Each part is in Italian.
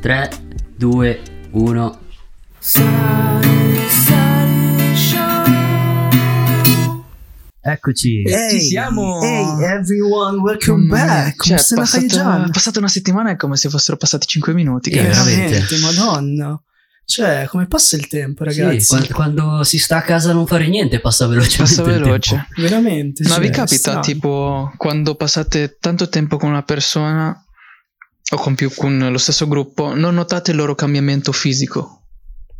3, 2, 1. Eccoci. Ehi, Ci siamo! Hey everyone, welcome back! Cioè, Come se la passata, fai già? passata una settimana è come se fossero passati 5 minuti. Eh, cazzo. veramente. madonna. Cioè, come passa il tempo, ragazzi? Sì, quan- quando, si sta a casa a non fare niente passa velocemente. Passa il tempo. veloce. Veramente. Ma cioè, vi capita strano. tipo quando passate tanto tempo con una persona o con, più, con lo stesso gruppo, non notate il loro cambiamento fisico?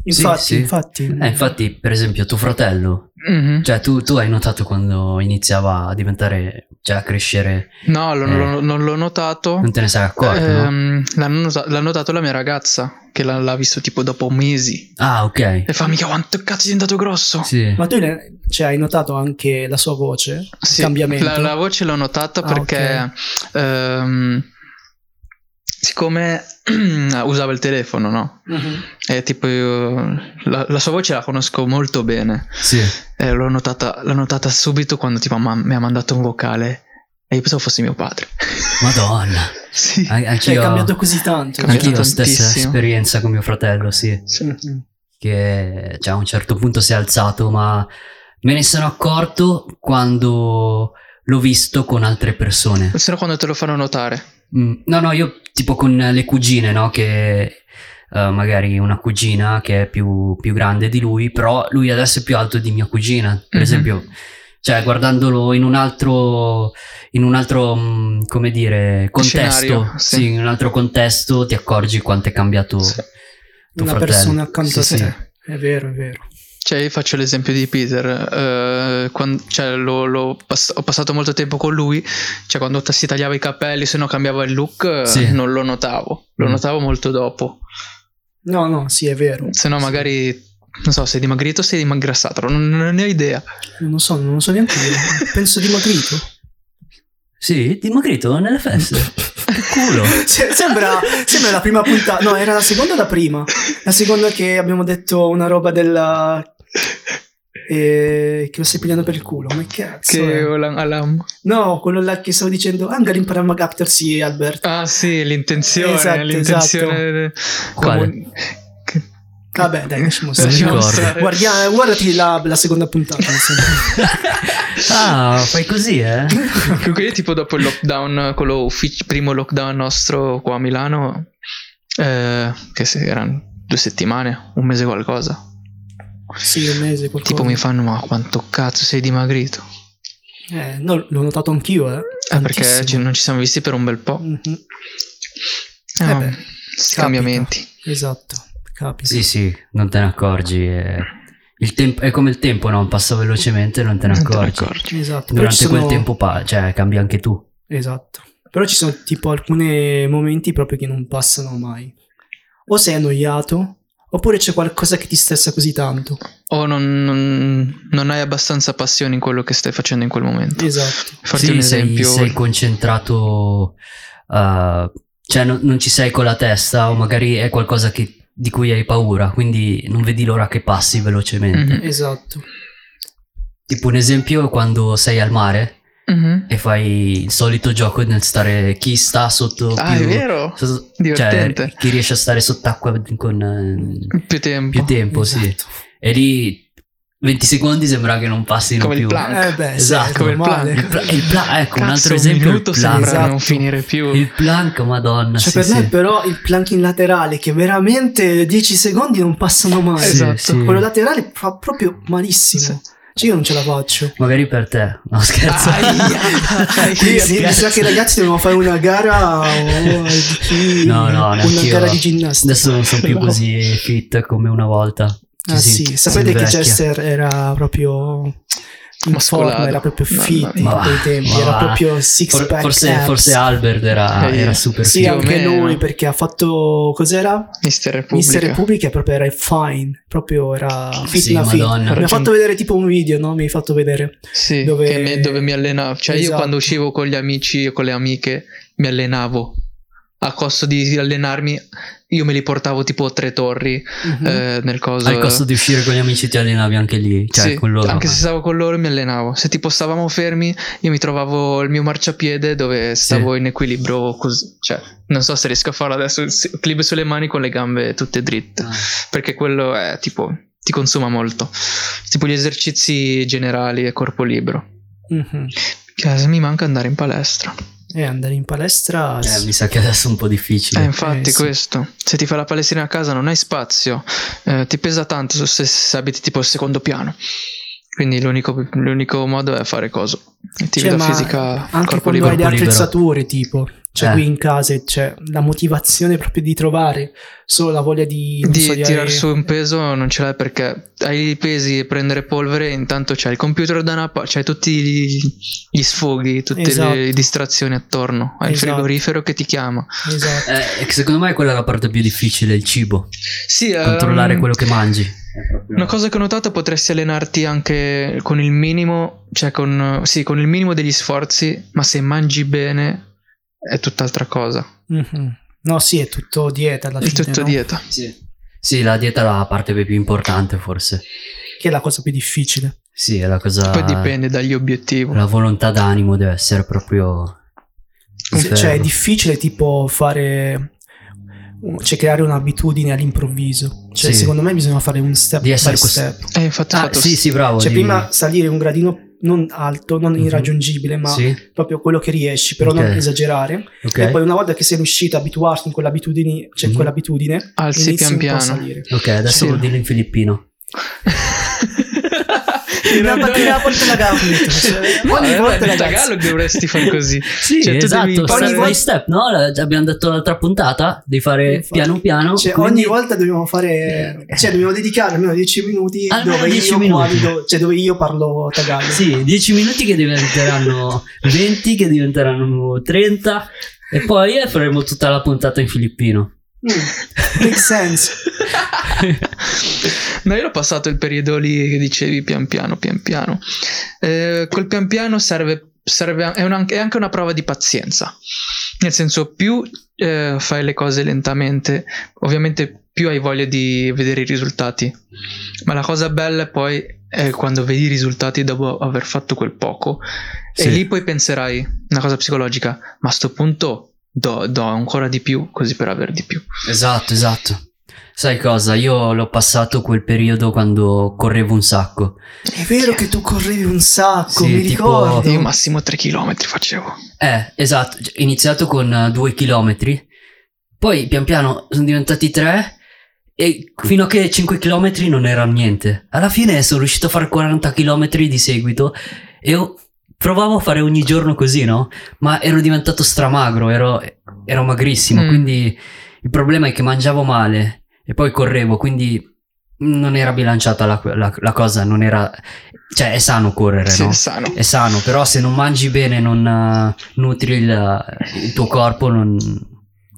Infatti, Sì, sì. infatti. Eh, infatti, per esempio, tuo fratello, Mhm. cioè tu, tu hai notato quando iniziava a diventare, cioè a crescere, no, lo- eh. lo- non l'ho notato. non te ne sei accorto, no? Ehm, l'hanno nosa- l'ha notato la mia ragazza che l'ha, l'ha visto tipo dopo mesi Ah, ok. e fa mica quanto cazzo è diventato grosso Sì. Ma tu ne- cioè, hai notato anche la sua voce? Il Sì, cambiamento? La, la voce l'ho notata Ah, perché ehm, siccome usava il telefono, no? Mhm. E tipo io- la, la sua voce la conosco molto bene. Sì. E l'ho notata, l'ho notata subito quando tipo ma- mi ha mandato un vocale e io pensavo fosse mio padre. Madonna. sì. An- Cioè, è anch'io, cambiato così tanto. cioè. Cambiato anch'io ho stessa tantissimo. esperienza con mio fratello, sì. Sì. Mhm. che cioè, a un certo punto si è alzato, ma me ne sono accorto quando l'ho visto con altre persone. Se no quando te lo fanno notare. Mm, No, no, io tipo con le cugine, no? Che eh, magari una cugina che è più, più grande di lui, però lui adesso è più alto di mia cugina, per Mhm. esempio. Cioè, guardandolo in un altro, in un altro, mm, come dire, contesto, Scenario, sì. sì, in un altro contesto ti accorgi quanto è cambiato Oh. Sì. tuo Una fratello. persona accanto Sì, a sì. te. È vero, è vero. Cioè, io faccio l'esempio di Peter. eh, quan- cioè, lo- lo pass- ho passato molto tempo con lui. Cioè, quando t- si tagliava i capelli, se no cambiava il look, eh, Sì. non lo notavo. Lo Mm. notavo molto dopo. No, no, sì, è vero. Se no, magari. Non so, sei dimagrito o sei dimagrassato, non, non ne ho idea. Non lo so, non lo so neanche io. Penso dimagrito. Sì, dimagrito nelle feste. che culo. Se- Sembra, sembra la prima puntata. No, era la seconda o la prima? La seconda che abbiamo detto una roba della. eh, che lo stai pigliando per il culo. Ma che cazzo? Che è? la- alam- No, quello là che stavo dicendo. Angalim Paramagapter, sì, Albert. Ah, sì, l'intenzione. Esatto, l'intenzione. Quale? comun- che- Vabbè, dai, lasciamo Non mi stare. lasciamo ricordo. stare. Guardia- guardati la, la seconda puntata. insomma. Ah, fai così, eh? Comunque io tipo dopo il lockdown, quello uffic- primo lockdown nostro qua a Milano, eh, che se- erano due settimane, un mese qualcosa, sì, un mese, qualcosa. tipo mi fanno ma quanto cazzo sei dimagrito? Eh, no, l'ho notato anch'io, eh. Eh, perché Tantissimo. ci- non ci siamo visti per un bel po'. Mhm, Eh, Eh ma- beh, sti capita. cambiamenti. Esatto, capito. Sì, sì, non te ne accorgi. eh. Il tempo- è come il tempo, no? Passa velocemente, non te ne Non te ne accorgi. accorgi. Esatto. Però Durante ci sono- quel tempo, pa- cioè, cambi anche tu. Esatto. Però ci sono tipo alcuni momenti proprio che non passano mai. O sei annoiato, oppure c'è qualcosa che ti stressa così tanto. O non, non- non hai abbastanza passione in quello che stai facendo in quel momento. Esatto. Farti sì, un sei- esempio. sei, concentrato, eh, cioè, no- non ci sei con la testa, o magari è qualcosa che- di cui hai paura, quindi non vedi l'ora che passi velocemente. Mhm. Esatto. Tipo un esempio, quando sei al mare Mhm. e fai il solito gioco nel stare chi sta sotto Ah, è più- vero. So- Divertente. Cioè, chi riesce a stare sott'acqua con eh, Più tempo. più tempo, sì. Esatto. E lì 20 secondi sembra che non passino Come il più. plank. Eh Esatto, beh, esatto, come il normale. Il pla- il pla- ecco, un Cazzo, altro esempio è il minuto sembra plank. Esatto. non finire più. Il plank, madonna, Cioè, sì, per me, sì. però, il plank in laterale, che veramente 10 secondi non passano mai. Sì, Esatto. sì. Quello laterale fa proprio malissimo. Cioè, io non ce la faccio. Magari per te. No, scherzo. Ah, Aia. Sì, sì, mi scherzo. sa che ragazzi dobbiamo fare una gara. oh, di chi- No, no, una neanch'io. gara di ginnastica. Adesso non sono più No. così fit come una volta. Ci Ah si- sì, si sapete che invecchia. Chester era proprio in Muscolato. forma, era proprio Mamma fit in mia. quei tempi, Ma era va. proprio six For- pack. forse, abs. forse Albert era, Eh, era io. super Sì, fit. più o anche meno. lui perché ha fatto cos'era? Mister Repubblica. Mister Repubblica proprio era fine, proprio era fit Sì, na fit. madonna. Mi ha fatto vedere tipo un video, no? Mi ha fatto vedere. Sì, dove- che me- dove mi allenavo. Cioè, io Esatto. quando uscivo con gli amici e con le amiche mi allenavo a costo di allenarmi io me li portavo tipo tre torri Mhm. eh, nel coso Al costo di uscire con gli amici ti allenavi anche lì, cioè Sì, con loro. anche se stavo con loro mi allenavo se tipo stavamo fermi io mi trovavo il mio marciapiede dove stavo in equilibrio così cioè non so se riesco a farlo adesso s- clip sulle mani con le gambe tutte dritte Ah. perché quello è tipo ti consuma molto tipo gli esercizi generali e corpo libero Mhm. Cazzo, mi manca andare in palestra E Eh, andare in palestra... Eh, mi sa che adesso è un po' Eh, difficile. infatti, sì. questo. Se ti fai la palestra a casa non hai spazio, eh, ti pesa tanto se, se- se abiti tipo al secondo piano. Quindi l'unico, l'unico modo è fare coso. Attività Cioè, ma fisica, anche corpo quando libero. hai le Corpo libero. attrezzature tipo cioè Eh. qui in casa c'è la motivazione proprio di trovare solo la voglia di, non Di so, di tirar avere- su un peso non ce l'hai perché hai i pesi e prendere polvere, intanto c'hai il computer da una parte, c'hai tutti gli, gli sfoghi, tutte Esatto. le distrazioni attorno, Esatto. hai il frigorifero che ti chiama. esatto. Eh, che secondo me quella è la parte più difficile, il cibo. Sì, ehm, Controllare quello che mangi. Una cosa che ho notato potresti allenarti anche con il minimo, cioè con, sì, con il minimo degli sforzi, ma se mangi bene è tutt'altra cosa. Mhm. no sì è tutto dieta alla È fine tutto no? dieta. Sì. Sì, la dieta è la parte più importante forse. che è la cosa più difficile Sì, è la cosa... Poi dipende dagli obiettivi. La volontà d'animo deve essere proprio... in Se- cioè è ferro. difficile tipo fare cioè creare un'abitudine all'improvviso cioè Sì. secondo me bisogna fare un step Di essere by cos- step Eh, infatti, ho Ah, fatto- sì, sì, bravo. cioè di- prima salire un gradino non alto non Mhm. irraggiungibile ma Sì, proprio quello che riesci però Ok. non esagerare ok. E poi una volta che sei riuscito a abituarti in quell'abitudine, cioè in Mhm. quell'abitudine, Alzi inizi pian un po' a piano. salire. Ok, adesso Sì. vuol dire in filippino. Una mattina a volte la gamba. No, Ogni eh, volta in la Tagalog dovresti fare così. Sì, Cioè, tu esatto, devi imparare- step by step, no? La- Abbiamo detto l'altra puntata di fare Infatti. Eh, piano piano. Cioè, quindi- ogni volta dobbiamo fare, Eh. cioè dobbiamo dedicare almeno 10 minuti Almeno dove 10 io minuti. guardo- cioè dove io parlo tagalog. Sì, 10 minuti che diventeranno 20, che diventeranno 30 e poi eh, faremo tutta la puntata in filippino. Mm, Make sense. No, io l'ho passato il periodo lì che dicevi pian piano, pian piano. Eh, quel pian piano serve, serve- è, un- è anche una prova di pazienza. Nel senso, più eh, fai le cose lentamente, ovviamente più hai voglia di vedere i risultati. Ma la cosa bella poi è quando vedi i risultati dopo aver fatto quel poco. E Sì. lì poi penserai, una cosa psicologica, ma a sto punto do, do ancora di più, così per aver di più. Esatto, esatto. Sai cosa? Io l'ho passato quel periodo quando correvo un sacco. È vero che tu correvi un sacco, Sì, mi tipo- ricordo. Io massimo 3 km facevo. Eh, esatto, cioè, ho iniziato con eh, due chilometri, poi pian piano sono diventati tre e fino a che 5 chilometri non era niente. Alla fine sono riuscito a fare 40 chilometri di seguito e ho- provavo a fare ogni giorno così, no? Ma ero diventato stramagro, ero, ero magrissimo, Mm. quindi il problema è che mangiavo male e poi correvo, quindi non era bilanciata la, la- la cosa, non era... Cioè è sano correre, Sì, no? sano. è sano, però se non mangi bene, non eh, nutri il, eh, il tuo corpo, non,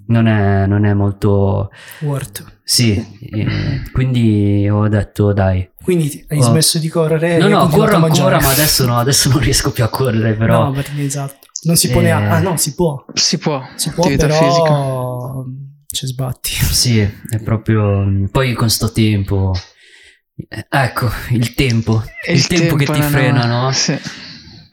non è, non è molto... Word. Sì, eh, quindi ho detto dai. Quindi hai Oh. smesso di correre? e No, hai no, continuato corro Eh, a ancora, mangiare. ma adesso no, adesso non riesco più a correre, però... No, perché esatto. Non si può Eh. neanche... Ah no, si può. Si può, Si può, attività però... fisica. Cioè sbatti. Sì, è proprio... Poi con sto tempo... eh, Ecco, il tempo. Il, tempo, che ti non- frena, no? Sì.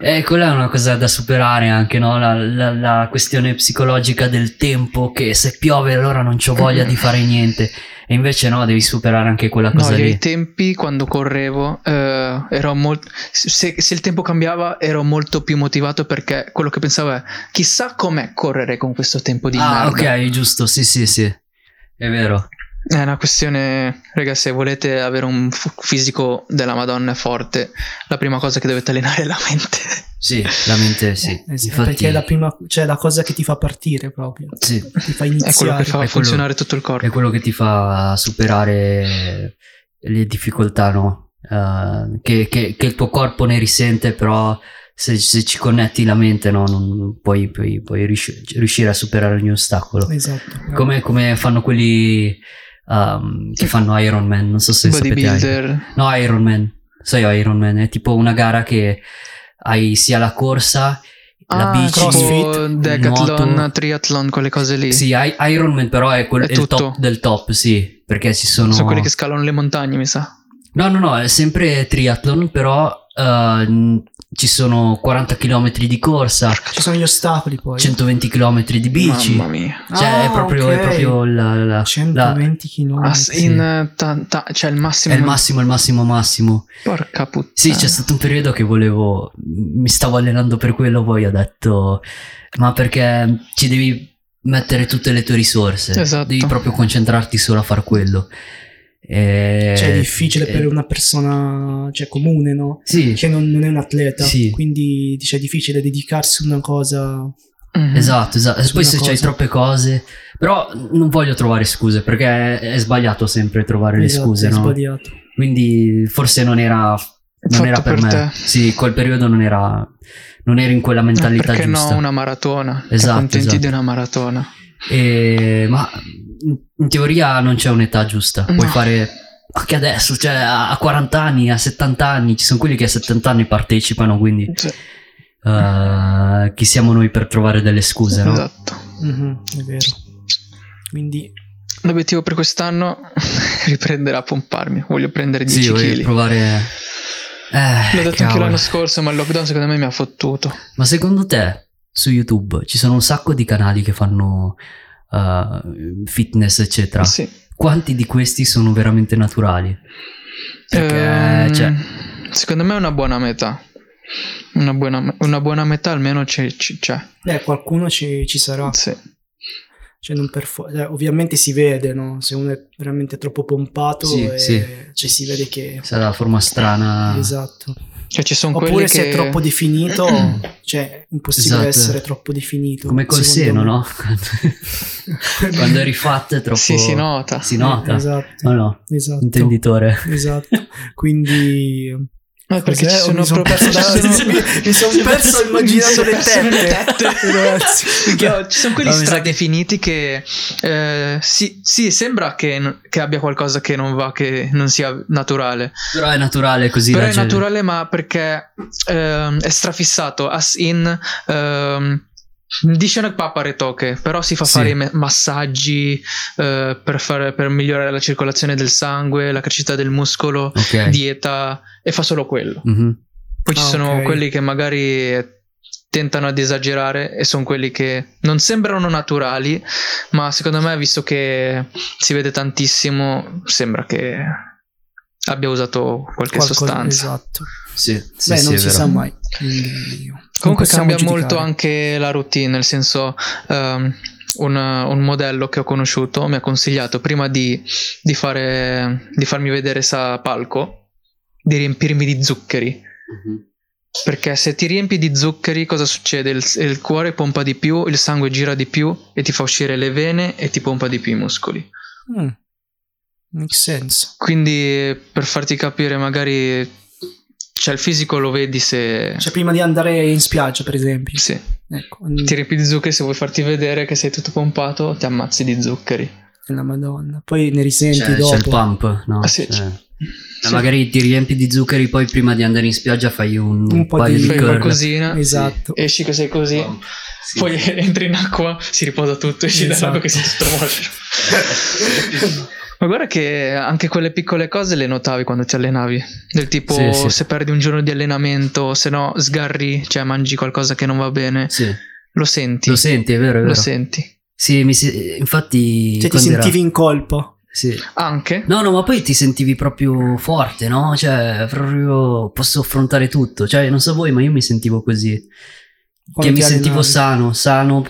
E Eh, quella è una cosa da superare anche, no? La, la- la questione psicologica del tempo, che se piove allora non c'ho voglia di fare niente. E invece no, devi superare anche quella No, cosa io ai lì. tempi quando correvo eh, ero molto. Se, se il tempo cambiava ero molto più motivato perché quello che pensavo è chissà com'è correre con questo tempo di ah, merda. ok, giusto, sì, sì, sì. È vero. È una questione, raga, se volete avere un fu- fisico della Madonna forte, la prima cosa che dovete allenare è la mente. Sì, la mente sì. Eh, sì, Infatti, Perché è la prima, cioè la cosa che ti fa partire proprio, sì, ti fa È quello iniziare. che fa quello- funzionare tutto il è corpo. quello che ti fa superare le difficoltà, no? Eh, che, che- che il tuo corpo ne risente, però se, se ci connetti la mente, no? Non puoi, puoi- puoi riusci- riuscire a superare ogni ostacolo. Esatto. bravo. come, come fanno quelli um, che fanno Iron Man, non so se sapete. Iron- Bodybuilder. No, Iron Man, sai Iron Man, è tipo una gara che hai sia la corsa la Ah, bici, tipo decathlon, nuoto. triathlon, quelle cose lì. Sì, I- Iron Man però è, quel- È è il tutto. top del top, sì, perché ci sono... Sono quelli che scalano le montagne, mi sa. No, no, no, è sempre triathlon, però eh, ci sono 40 km di corsa, Ci sono gli ostacoli poi. 120 km di bici. Mamma mia. Cioè, è Ah, proprio, è ok. proprio la- la- la- 120 km. Ah, sì. in, eh, ta- ta- cioè il massimo. è il massimo, il massimo, massimo. Porca puttana. Ah. Sì, c'è stato un periodo che volevo, mi stavo allenando per quello, poi ho detto, ma perché ci devi mettere tutte le tue risorse, Esatto. devi proprio concentrarti solo a far quello. E- Cioè, è difficile e- per una persona cioè, comune, no? eh. Sì, Che non, non è un atleta. Sì. Quindi dice, è difficile dedicarsi a una cosa. Mhm. esatto, esatto. E Su poi una se c'hai Eh, cosa. troppe cose, però non voglio trovare scuse perché è sbagliato sempre trovare le Esatto, scuse, è no? sbagliato. Quindi forse non era... Non Fatto era per, per me. te. Sì, quel periodo non era. Non ero in quella Ah, mentalità Perché giusta. no, una maratona. Ti Esatto, accontenti esatto. di una maratona. E- ma in in teoria non c'è un'età giusta. Puoi No. fare anche adesso, cioè a a 40 anni, a 70 anni, ci sono quelli che a 70 anni partecipano, quindi Sì, eh, chi siamo noi per trovare delle scuse, no? Esatto. Mhm, è vero. Quindi, L'obiettivo per quest'anno è riprendere a pomparmi. Voglio prendere 10 Sì, kg. vuoi provare Eh, L'ho detto anche cavolo. l'anno scorso, ma il lockdown secondo me mi ha fottuto. Ma secondo te su YouTube ci sono un sacco di canali che fanno eh, fitness, eccetera. Sì. Quanti di questi sono veramente naturali? Perché, Ehm, cioè- Secondo me è una buona metà. Una buona, una buona metà almeno c'è. c'è- c'è. eh, qualcuno ci, ci sarà. Sì. Cioè, non per fo- eh, ovviamente si vede, no? Se uno è veramente troppo pompato, Sì, eh, sì. Ah. cioè, si vede che. Sarà la forma strana. Esatto. Cioè, ci sono quelli Oppure che... se è troppo definito, cioè, Esatto. impossibile essere troppo definito. Come col seno, secondo me. no? Quando eri fatto è troppo... Sì, si nota. Si nota. Esatto. No, no, Esatto. intenditore. Esatto. Quindi Eh, perché ci Cos'è? sono mi son proprio... perso ci dalla- sono- mi sono mi perso son immaginando le perso nelle tette. Ragazzi. Perché, oh, ci sono quelli No, mi sa stradefiniti che eh, sì, sì, sembra che, non- che abbia qualcosa che non va, che non sia naturale. Però è naturale così. Però la è gente- naturale, ma perché ehm, è strafissato. As in ehm, dice una papare toche, però si fa Sì. fare i me- massaggi eh, per, fare- per migliorare la circolazione del sangue, la crescita del muscolo, Ok. dieta e fa solo quello. Mhm. Poi ci Ah, sono ok. quelli che magari tentano di esagerare e sono quelli che non sembrano naturali, ma secondo me, visto che si vede tantissimo, sembra che abbia usato qualche Qualcosa- sostanza. Esatto. Sì, sì, Beh, sì, non è si vero. sa mai. Quindi non Comunque possiamo cambia giudicare. molto anche la routine, nel senso ehm, un, un modello che ho conosciuto mi ha consigliato prima di, di fare, di farmi vedere sa palco di riempirmi di zuccheri. Mhm. Perché se ti riempi di zuccheri, cosa succede? Il, il cuore pompa di più, il sangue gira di più e ti fa uscire le vene e ti pompa di più i muscoli. Mm. Makes sense. Quindi, per farti capire, magari cioè il fisico lo vedi se Cioè, prima di andare in spiaggia, per esempio. Eh. sì, Ecco, ti riempi di zuccheri, se vuoi farti vedere che sei tutto pompato, ti ammazzi di zuccheri. mm, la Madonna. Poi ne risenti Cioè, C'è, dopo. c'è il pump, no? Ah, sì, Cioè, Sì. Magari ti riempi di zuccheri, poi prima di andare in spiaggia fai un, Un po' paio di- di, fai curl. qualcosina, Esatto. esci che sei così, Pump. Sì. poi entri in acqua, si riposa tutto, esci Esatto. dall'acqua che sei tutto morbido. Ma guarda che anche quelle piccole cose le notavi quando ti allenavi. Del tipo Sì, sì. se perdi un giorno di allenamento, se no sgarri, cioè mangi qualcosa che non va bene. Sì. Lo senti. Lo senti, è vero, è Lo vero. senti. Sì, mi si- infatti... Cioè, ti quando era- sentivi in colpa. Sì. Anche. No, no, ma poi ti sentivi proprio forte, no? Cioè, proprio posso affrontare tutto. Cioè, non so voi, ma io mi sentivo così. che Quando mi ti sentivo allenavi. sano, sano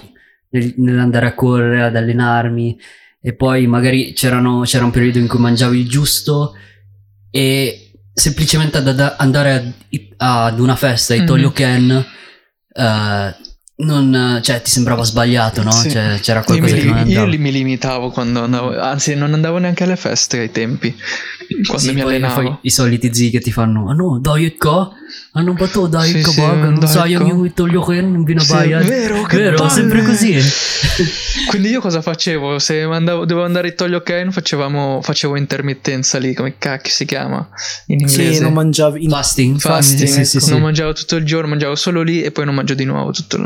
nel- nell'andare a correre, ad allenarmi. E poi magari c'erano- c'era un periodo in cui mangiavo il giusto e semplicemente ad, ad- andare a- ad una festa ai Mhm. Toglio Ken eh, non, cioè, ti sembrava sbagliato, no? Sì. Cioè, c'era Io, mi, qualcosa che non io andava. li- mi limitavo quando andavo, anzi, non andavo neanche alle feste ai tempi. Quando Sì, mi poi- allenavo. poi I soliti zii che ti fanno, ah no, diet co? Anong ba to? Dahil Sì, ka sì, ba? Ganun dahil sayang ka. yung itulyo ko yan, yung binabayad. Sì, è vero, che eh. Vero, palle. sempre così. Quindi io cosa facevo? Se andavo- dovevo andare in Toglio Ken, facevamo, facevo intermittenza lì, come cacchio si chiama in inglese? Sì, non mangiavi. in- Fasting. Fasting, Sì, sì, ecco. sì. non mangiavo tutto il giorno, mangiavo solo lì e poi non mangio di nuovo tutto il...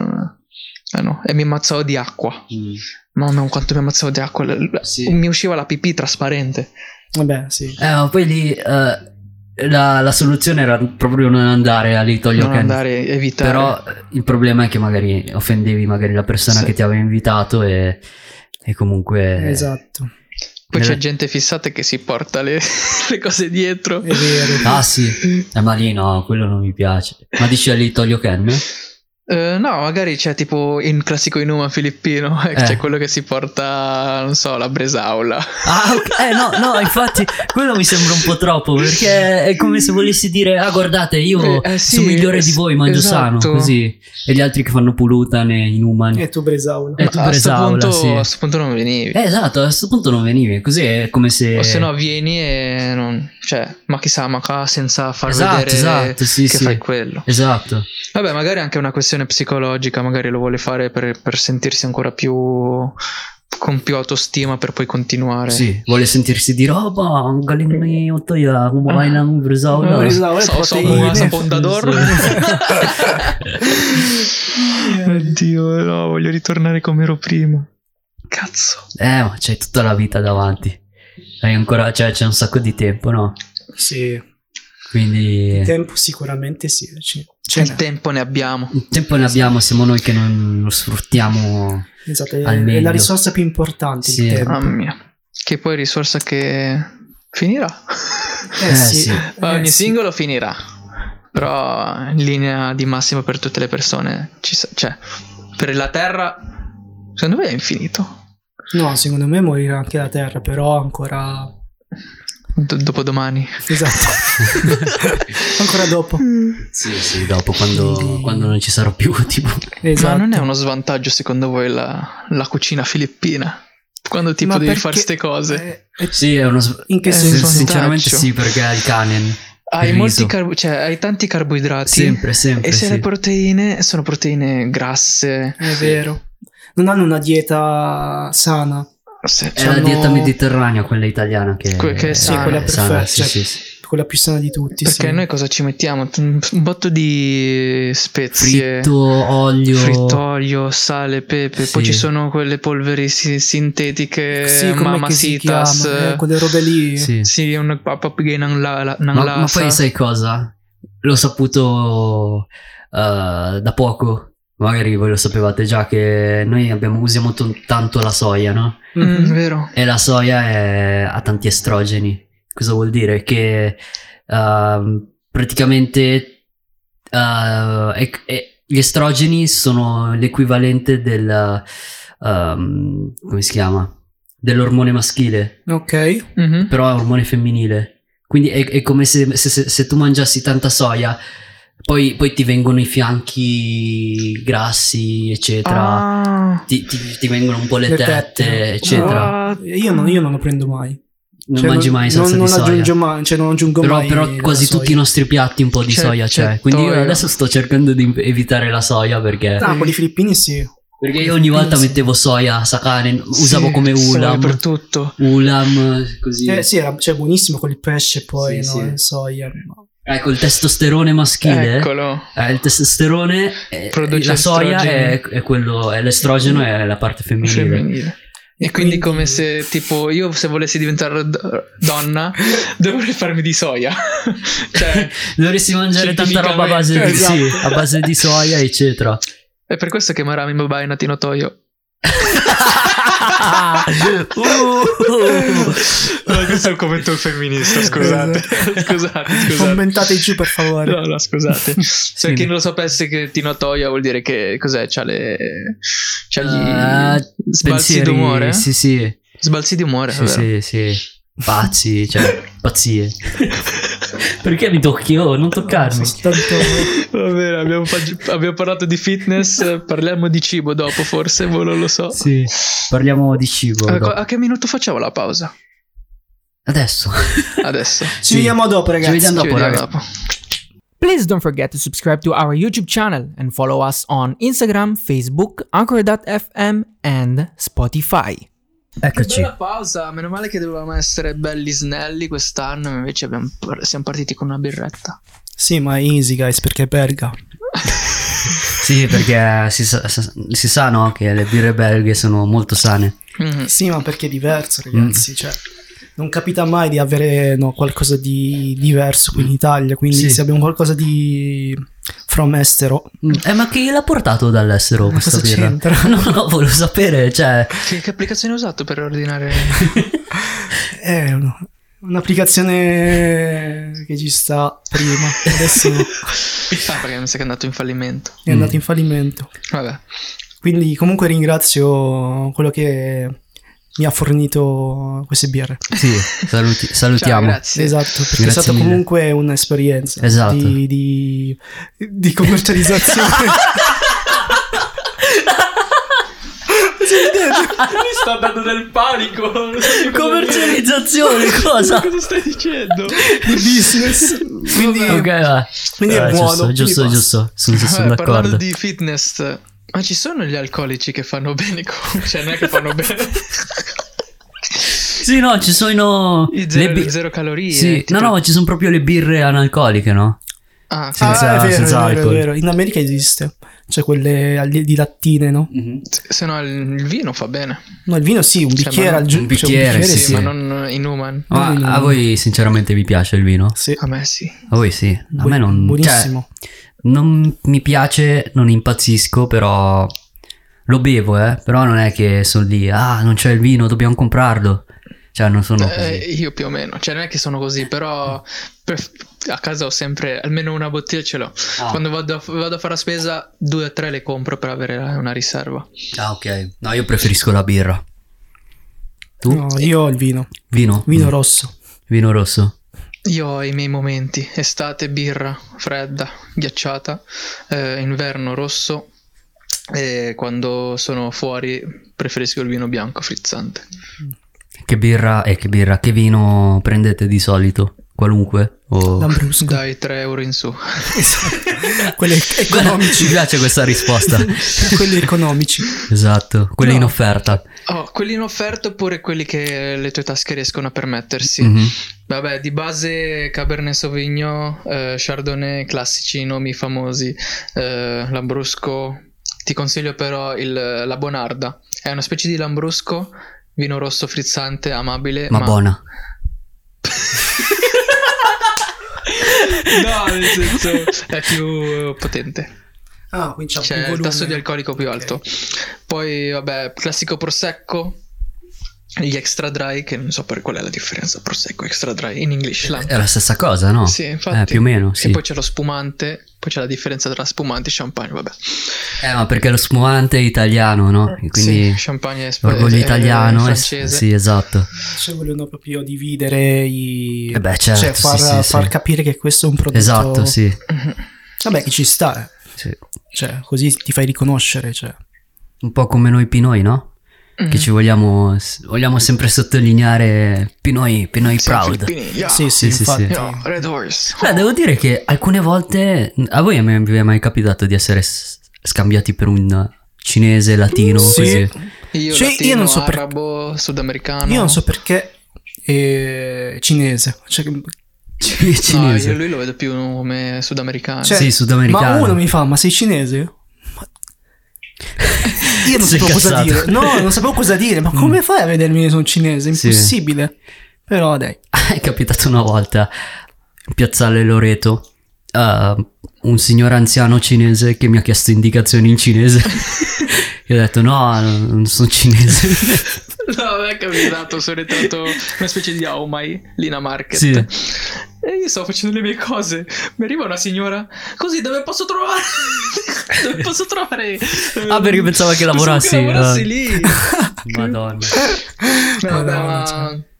Ah no, e mi ammazzavo di acqua. Mm. Mamma mia, quanto mi ammazzavo di acqua. l- l- Sì. Mi usciva la pipì trasparente. Vabbè, sì. Eh, ma poi lì eh, la, la soluzione era proprio non andare all'Itolio non Ken. andare, evitare. Però eh, il problema è che magari offendevi magari la persona Sì. che ti aveva invitato e, e comunque... Esatto. Poi c'è nella- gente fissata che si porta le, le cose dietro. È vero. Ah sì, Eh, ma lì no, quello non mi piace. Ma dici all'Itolio Ken? Eh, no, magari c'è tipo il classico Inuma filippino, eh, Eh. c'è quello che si porta, non so, la bresaola. Ah, ok. eh no, no, infatti quello mi sembra un po' troppo perché è come se volessi dire ah guardate io Eh, eh, sì, sono migliore es- di voi, mangio esatto. sano, così. E gli altri che fanno pulutan e inuman. E tu Bresaula. Eh, tu Ma a sto bresaola, punto, sì. a sto punto non venivi. Eh, esatto, a questo punto non venivi, così è come se... O se no vieni e non... Cioè, ma chissà, ma qua senza far esatto, vedere esatto, sì, che sì. fai quello. Esatto. Vabbè, magari è anche una questione psicologica, magari lo vuole fare per, per sentirsi ancora più... con più autostima per poi continuare. Sì, vuole sentirsi dire oh ma un gallinone ottoia un Ah. bailan No, bresaola Eh, Bresaola, so, so, proteine. so Pondador. Eh, Oddio, no, voglio ritornare come ero prima. Cazzo. eh ma c'hai tutta la vita davanti hai ancora cioè c'è un sacco di tempo no Sì. Eh. quindi Il tempo sicuramente sì. Cioè, ce- ce il n'è. tempo ne abbiamo. il tempo ne abbiamo siamo noi che non lo sfruttiamo Esatto, è- Al è meglio. la risorsa più importante. Sì. Il tempo. Mamma mia. Che poi risorsa che finirà. Eh, Eh, sì. sì. Ma Eh, ogni sì. singolo finirà. Però in linea di massima per tutte le persone. Ci sa- cioè, per la Terra, secondo me è infinito. No, secondo me morirà anche la Terra, però ancora... Do- dopodomani. Esatto. ancora dopo. Mm. sì sì dopo quando, quando non ci sarò più tipo Esatto. Ma non è uno svantaggio secondo voi la, la cucina filippina? Quando tipo Ma devi perché- fare queste cose? Eh, eh, sì è uno s- In che Eh, sin- senso? sono- sinceramente vantaggio. sì perché hai il canen Hai, il molti riso. carbo- cioè, hai tanti carboidrati sempre sempre e se sì. le proteine sono proteine grasse. È vero. Non hanno una dieta sana. se- è la hanno- dieta mediterranea quella italiana che, Que- che è sì, sana, quella è sana, perfetta, sì, cioè- sì, sì. Quella più sana di tutti. Perché sì. noi cosa ci mettiamo? T- Un botto di spezie. fritto olio Frittoio, sale, pepe, poi Sì. ci sono quelle polveri si- sintetiche, Sì, com'è mamma che si sitas, chiama? Eh, quelle robe lì. sì. sì, un papagay nan la- la- nan Ma, ma lasa. poi sai cosa? L'ho saputo eh, da poco. Magari voi lo sapevate già che noi abbiamo, usiamo to- tanto la soia, no? Mm, Mhm. vero. E la soia è- ha tanti estrogeni. Cosa vuol dire? Che ehm, praticamente eh, è- è- gli estrogeni sono l'equivalente del... ehm, come si chiama? Dell'ormone maschile Mm. Ok. Mhm. però è un ormone femminile. Quindi è, è come se, se- se- se tu mangiassi tanta soia, poi, poi ti vengono i fianchi grassi, eccetera. Ah, Ti, ti- ti vengono un po' le, Le tette, tette. eccetera. what? Io non, io non lo prendo mai. Non Cioè, mangi mai salsa non, di non soia. aggiungo mai, cioè non aggiungo Però, mai. però la quasi soia. Cioè, tutti i nostri piatti un po' di C'è- soia c'è. c'è Quindi io soia. adesso sto cercando di evitare la soia perché, Ah, quelli filippini sì. perché io ogni volta mettevo soia, sakanen, usavo Sì, come soia ulam. per tutto. Ulam, così. Eh, sì, era cioè, buonissimo con il pesce poi, Sì, no? sì. La soia. no. Ecco, il testosterone maschile. Ecco. Eccolo. Eh, il testosterone, eh, Produce la soia è, estrogeni. è quello, è l'estrogeno è la parte femminile. Femminile. E quindi come se tipo io se volessi diventare d- donna dovrei farmi di soia. cioè, Dovresti mangiare tanta roba a base, di, Scientificamente, sì, esatto. a base di soia, eccetera. è per questo che Marami Babai è natino Toyo. Uh. No, questo è un commento femminista, scusate. Esatto. scusate, scusate. Commentate giù per favore. No, no, scusate. Se Sì. chi non lo sapesse che Tino Toia vuol dire che cos'è? C'ha le. C'ha gli. Ah, sbalzi Pensieri, d'umore? Sì, sì, Sbalzi d'umore, sì, sì, vero? sì. Pazzi, cioè, pazzie. Perché mi tocchi? Oh, non toccarmi. Tanto- Va bene, abbiamo, fag- abbiamo parlato di fitness, eh, parliamo di cibo dopo, forse, boh, non lo so. Sì, parliamo di cibo. Eh, co- dopo. A che minuto facciamo la pausa? Adesso. Adesso. Ci vediamo dopo, Ci ragazzi. vediamo Ci dopo, vediamo ragazzi. dopo. Please don't forget to subscribe to our YouTube channel and follow us on Instagram, Facebook, Anchor.fm, and Spotify. Eccoci. Bella pausa, meno male che dovevamo essere belli snelli quest'anno, invece abbiamo- siamo partiti con una birretta. Sì, ma easy, guys, perché Berga. Mm. Sì, perché si sa, sa- si sa, no, che le birre belghe sono molto sane. Mhm. Sì, ma perché è diverso, Mm. ragazzi. Cioè, non capita mai di avere no, qualcosa di diverso qui in Italia. Quindi, Mm. Sì. se abbiamo qualcosa di from estero, Eh, ma chi l'ha portato dall'estero Mm. Ma questa cosa birra? c'entra? No, no, volevo sapere, cioè... Che, che applicazione hai usato per ordinare? è un- Eh, un'applicazione che ci sta prima. Adesso ah, perché mi sa che è andato in fallimento. è andata in fallimento. Vabbè. Quindi, comunque, ringrazio quello che mi ha fornito queste birre. Sì, saluti- Ciao, salutiamo. grazie. Esatto, perché Grazie è stata mille. comunque un'esperienza Esatto. di, di- di commercializzazione. Mi sta andando del panico. Commercializzazione, cosa? stai dicendo? di business. Quindi, Ok, va. quindi è Eh, buono. Giusto, quindi Eh, giusto, basta. giusto. Sono, sono parlando d'accordo. di fitness, ma ci sono gli alcolici che fanno bene? con- Cioè, non è che fanno bene. Sì, no, ci sono... I zero, le bi- zero calorie. Sì, tipo- no, no, ci sono proprio le birre analcoliche, no? Ah, Sì. senza- ah, è vero, senza è vero, è alcol. vero. In America esiste. Cioè quelle al- di lattine, no? se no il vino fa bene. No, il vino sì, un Cioè, bicchiere ma- al giorno. un bicchiere, Sì, Sì, Eh sì. ma non in human. Ma No, no, a no. voi sinceramente vi piace il vino? Sì. A me sì. A voi sì, a me non... cioè, Buonissimo. Non mi piace, non impazzisco, però lo bevo, eh. Però non è che sono lì, ah, non c'è il vino, dobbiamo comprarlo. Cioè, non sono Eh, così. io più o meno, cioè non è che sono così, però per- a casa ho sempre almeno una bottiglia ce l'ho. Ah. Quando vado a, vado a fare la spesa, due o tre le compro per avere la- una riserva. Ah, ok. No, io preferisco la birra. Tu? No, io ho il vino. Vino? Vino Mm. rosso. Vino rosso. Io ho i miei momenti, estate birra fredda, ghiacciata, eh, inverno rosso e quando sono fuori preferisco il vino bianco frizzante. Che birra, eh, che birra, che vino prendete di solito? Qualunque? O... Lambrusco. Dai 3 euro in su. Quelli Mi economici. piace questa risposta. quelli economici. esatto, quelli in No. offerta. Oh, quelli in offerta oppure quelli che le tue tasche riescono a permettersi. Mhm. Vabbè, di base Cabernet Sauvignon, eh, Chardonnay, classici nomi famosi, eh, Lambrusco. Ti consiglio però il- la Bonarda. È una specie di Lambrusco, vino rosso frizzante, amabile. Ma, buona. No, nel senso è più potente. Ah, quindi c'è, Cioè, il tasso di alcolico più alto. Poi, vabbè, classico prosecco. Gli extra dry, che non so per qual è la differenza, prosecco, extra dry, in English. lamp. È la stessa cosa, Eh, no? Sì, infatti. Eh, più o meno, sì. E poi c'è lo spumante, poi c'è la differenza tra spumante e champagne, vabbè. Eh, ma perché lo spumante è italiano, no? E Quindi Eh, sì, champagne è spa- l'orgoglio è- è italiano è- francese. Sì, esatto. Cioè, vogliono proprio dividere i... Eh beh, certo, cioè, sì, far, sì, sì. far capire che questo è un prodotto... Esatto, sì. Vabbè, che ci sta, eh. sì. cioè, così ti fai riconoscere, cioè. Un po' come noi pinoi, no? Mm. Che ci vogliamo, s- vogliamo sempre sottolineare pinoi, pinoi Sì, proud. Filippini, yeah. Sì, Sì, sì, sì, infatti. sì. Eh, Yeah, Red Horse. Beh, devo dire che alcune volte a voi mi vi è mai capitato di essere s- scambiati per un cinese, latino, Sì. così? Io, Cioè, latino, io non so per- arabo, sudamericano. Io non so perché è cinese, cioè, C- No, io cinese. lui lo vedo più come sudamericano. Cioè- Ah, sì, ma sudamericano. uno mi fa, ma sei cinese? Ma- Io non Sei sapevo cosa incazzato. dire, no, non sapevo cosa dire, ma come fai a vedermi che sono cinese? Sì. Impossibile. Però dai, è capitato una volta in piazzale Loreto eh, un signore anziano cinese che mi ha chiesto indicazioni in cinese io ho detto no non sono cinese No, mi è capitato, sono entrato in una specie di Aomai, Lina Market. Sì. E io stavo facendo le mie cose. Mi arriva una signora. Così dove posso trovare? dove posso trovare? Ehm, Ah, perché pensava che lavorassi, eh. Pensavo che lavorassi ah. lì. madonna No, Madonna, no, ma- cioè. per-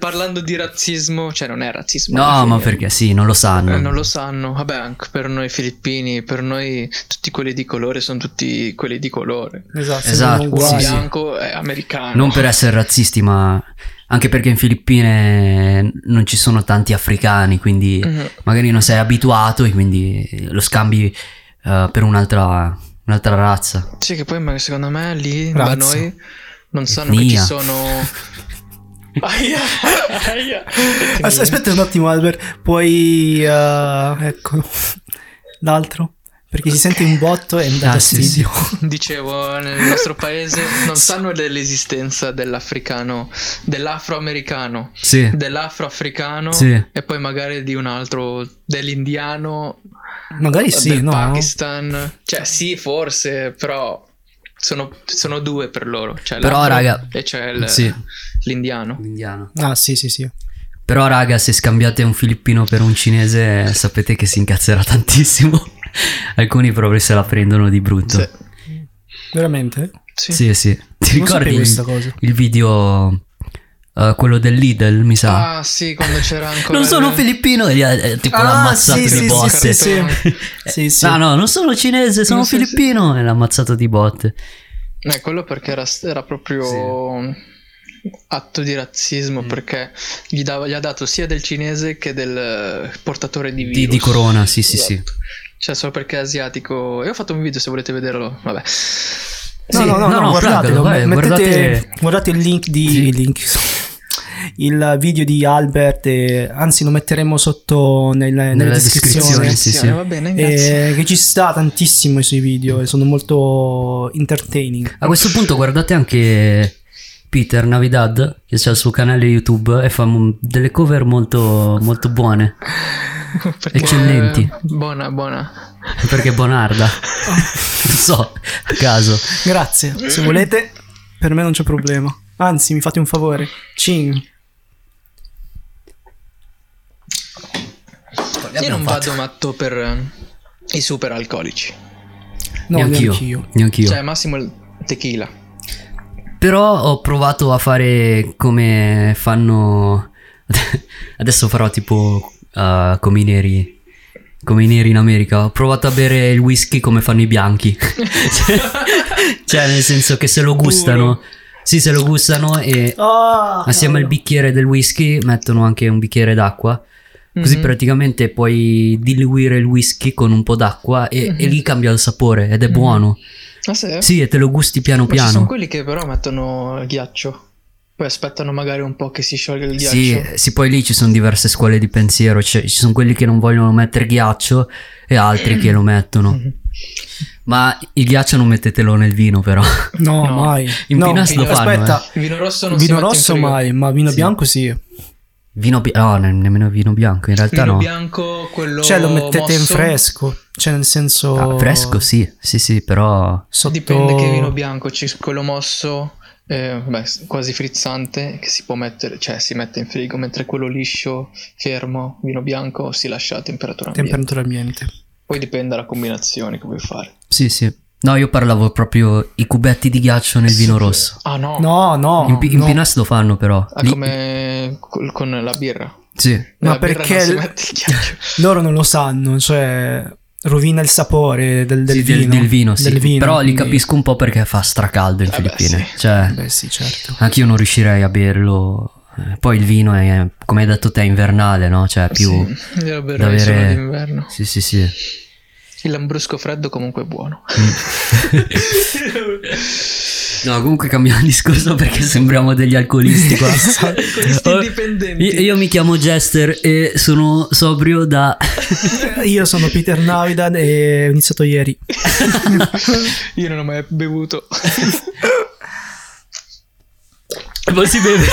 parlando di razzismo, cioè non è razzismo. alla No, fine. ma perché sì, non lo sanno. Eh, non lo sanno, vabbè, anche per noi filippini, per noi tutti quelli di colore sono tutti quelli di colore. Esatto, Esatto, sono Il uguali. sì, sì. bianco è americano. Non per essere razzisti, ma anche perché in Filippine non ci sono tanti africani, quindi Mhm. magari non sei abituato e quindi lo scambi eh, per un'altra, un'altra razza. Sì, che poi ma- secondo me lì Razza. da noi non sanno che Etnia. ci sono. Aia, aia. As- aspetta un attimo, Albert, puoi... eh, eccolo, l'altro. Perché si sente un botto e mi dà Ah, sì, fastidio. Dicevo, nel nostro paese non sanno dell'esistenza dell'africano, dell'afroamericano, Sì. dell'afroafricano Sì. e poi magari di un altro, dell'indiano, Magari Eh sì, del no? Pakistan. Cioè, sì, forse, però sono, sono due per loro. Cioè Però, l'afro raga, E c'è il- sì. l'indiano. Indiano. Ah, sì, sì, sì. Però, raga, se scambiate un filippino per un cinese, sapete che si incazzerà tantissimo. Alcuni proprio se la prendono di brutto. Sì. Veramente? Sì. Sì, sì. Ti Non ricordi sapevo il, questa cosa. il video, eh, quello del Lidl, mi sa? Ah, sì, quando c'era ancora. non sono il- filippino, e gli ha- eh, tipo l'ha ammazzato Ah, sì, di sì, botte. sì, sì, sì. Eh, Sì, sì. No, no, non sono cinese, sono Non so se- filippino e l'ha ammazzato di botte. Eh, quello perché era, era proprio atto di razzismo perché gli, dava- gli ha dato sia del cinese che del portatore di virus. Di, di corona, sì, sì, sì. Esatto. Cioè solo perché è asiatico. E ho fatto un video se volete vederlo. Vabbè. No, Sì, no, no, no, no, no, guardatelo, guardatelo, vai, mettete- guardate- guardate il link di... Sì. Il, link, il video di Albert, e- anzi lo metteremo sotto nel- nella, Nella descrizione. descrizione, sì, sì. Va bene, grazie. Eh, che ci sta tantissimo i suoi video e sono molto entertaining. A questo punto guardate anche Peter Navidad, che ha il suo canale YouTube e fa m- delle cover molto, molto buone. Perché- eccellenti. Buona, buona. Perché è Bonarda. non so, a caso. Grazie, se volete, per me non c'è problema. Anzi, mi fate un favore. Cin. Io non vado matto per eh, i super alcolici. No, neanch'io. neanch'io. neanch'io. Cioè, massimo il tequila. Però ho provato a fare come fanno. Adesso farò tipo uh, come i neri. Come i neri in America. Ho provato a bere il whisky come fanno i bianchi. cioè, cioè, nel senso che se lo gustano. Sì, se lo gustano e Oh, Ah, assieme al bicchiere del whisky mettono anche un bicchiere d'acqua. Così Mhm. praticamente puoi diluire il whisky con un po' d'acqua e, e Mhm. lì cambia il sapore ed è buono. Ah, sì? Sì, e te lo gusti piano Ma ci sono piano. quelli che però mettono il ghiaccio. Poi aspettano magari un po' che si scioglie il ghiaccio. Sì, eh, sì, poi lì ci sono diverse scuole di pensiero, cioè, ci sono quelli che non vogliono mettere ghiaccio e altri che lo mettono. Mhm. Ma il ghiaccio non mettetelo nel vino però. No, No. mai. In no, Pinas lo fanno, Aspetta, Il vino rosso non si vino mette in rosso frigo. mai, ma vino Sì. bianco sì. Vino bi- no, ne- nemmeno vino bianco, in realtà Vino no. bianco, quello Cioè, lo mettete in mosso? fresco. Cioè, nel senso. Ah, fresco sì, sì sì, però... Sotto... Dipende che vino bianco, ci- quello mosso, eh, beh, s- quasi frizzante, che si può mettere, cioè si mette in frigo, mentre quello liscio, fermo, vino bianco, si lascia a temperatura ambiente. Temperatura ambiente. Poi dipende dalla combinazione che vuoi fare. Sì sì. No, io parlavo proprio i cubetti di ghiaccio nel vino rosso. Ah no, No, no. in Pi- in no. Pinas lo fanno però. Ah, Lì- come col- con la birra. Sì. Ma Nella birra perché non si il- mette il ghiaccio. Loro non lo sanno, cioè. Rovina il sapore del, del Sì, vino. del, del vino, sì. Del vino, Però li quindi- capisco un po' perché fa stracaldo in Eh beh, Filippine. sì. Cioè, Beh, sì, certo. Anche io non riuscirei a berlo. Eh, Poi il vino è, come hai detto te, invernale, no? Cioè, più... Sì, glielo da berrei solo avere- d'inverno. Sì, sì, sì. Il lambrusco freddo comunque è buono. Mm. No, comunque cambiamo discorso perché sembriamo degli alcolisti qua. Alcolisti Oh, indipendenti. Io, io mi chiamo Jester e sono sobrio da... Io sono Peter Navidan e ho iniziato ieri. Io non ho mai bevuto. Non si beve.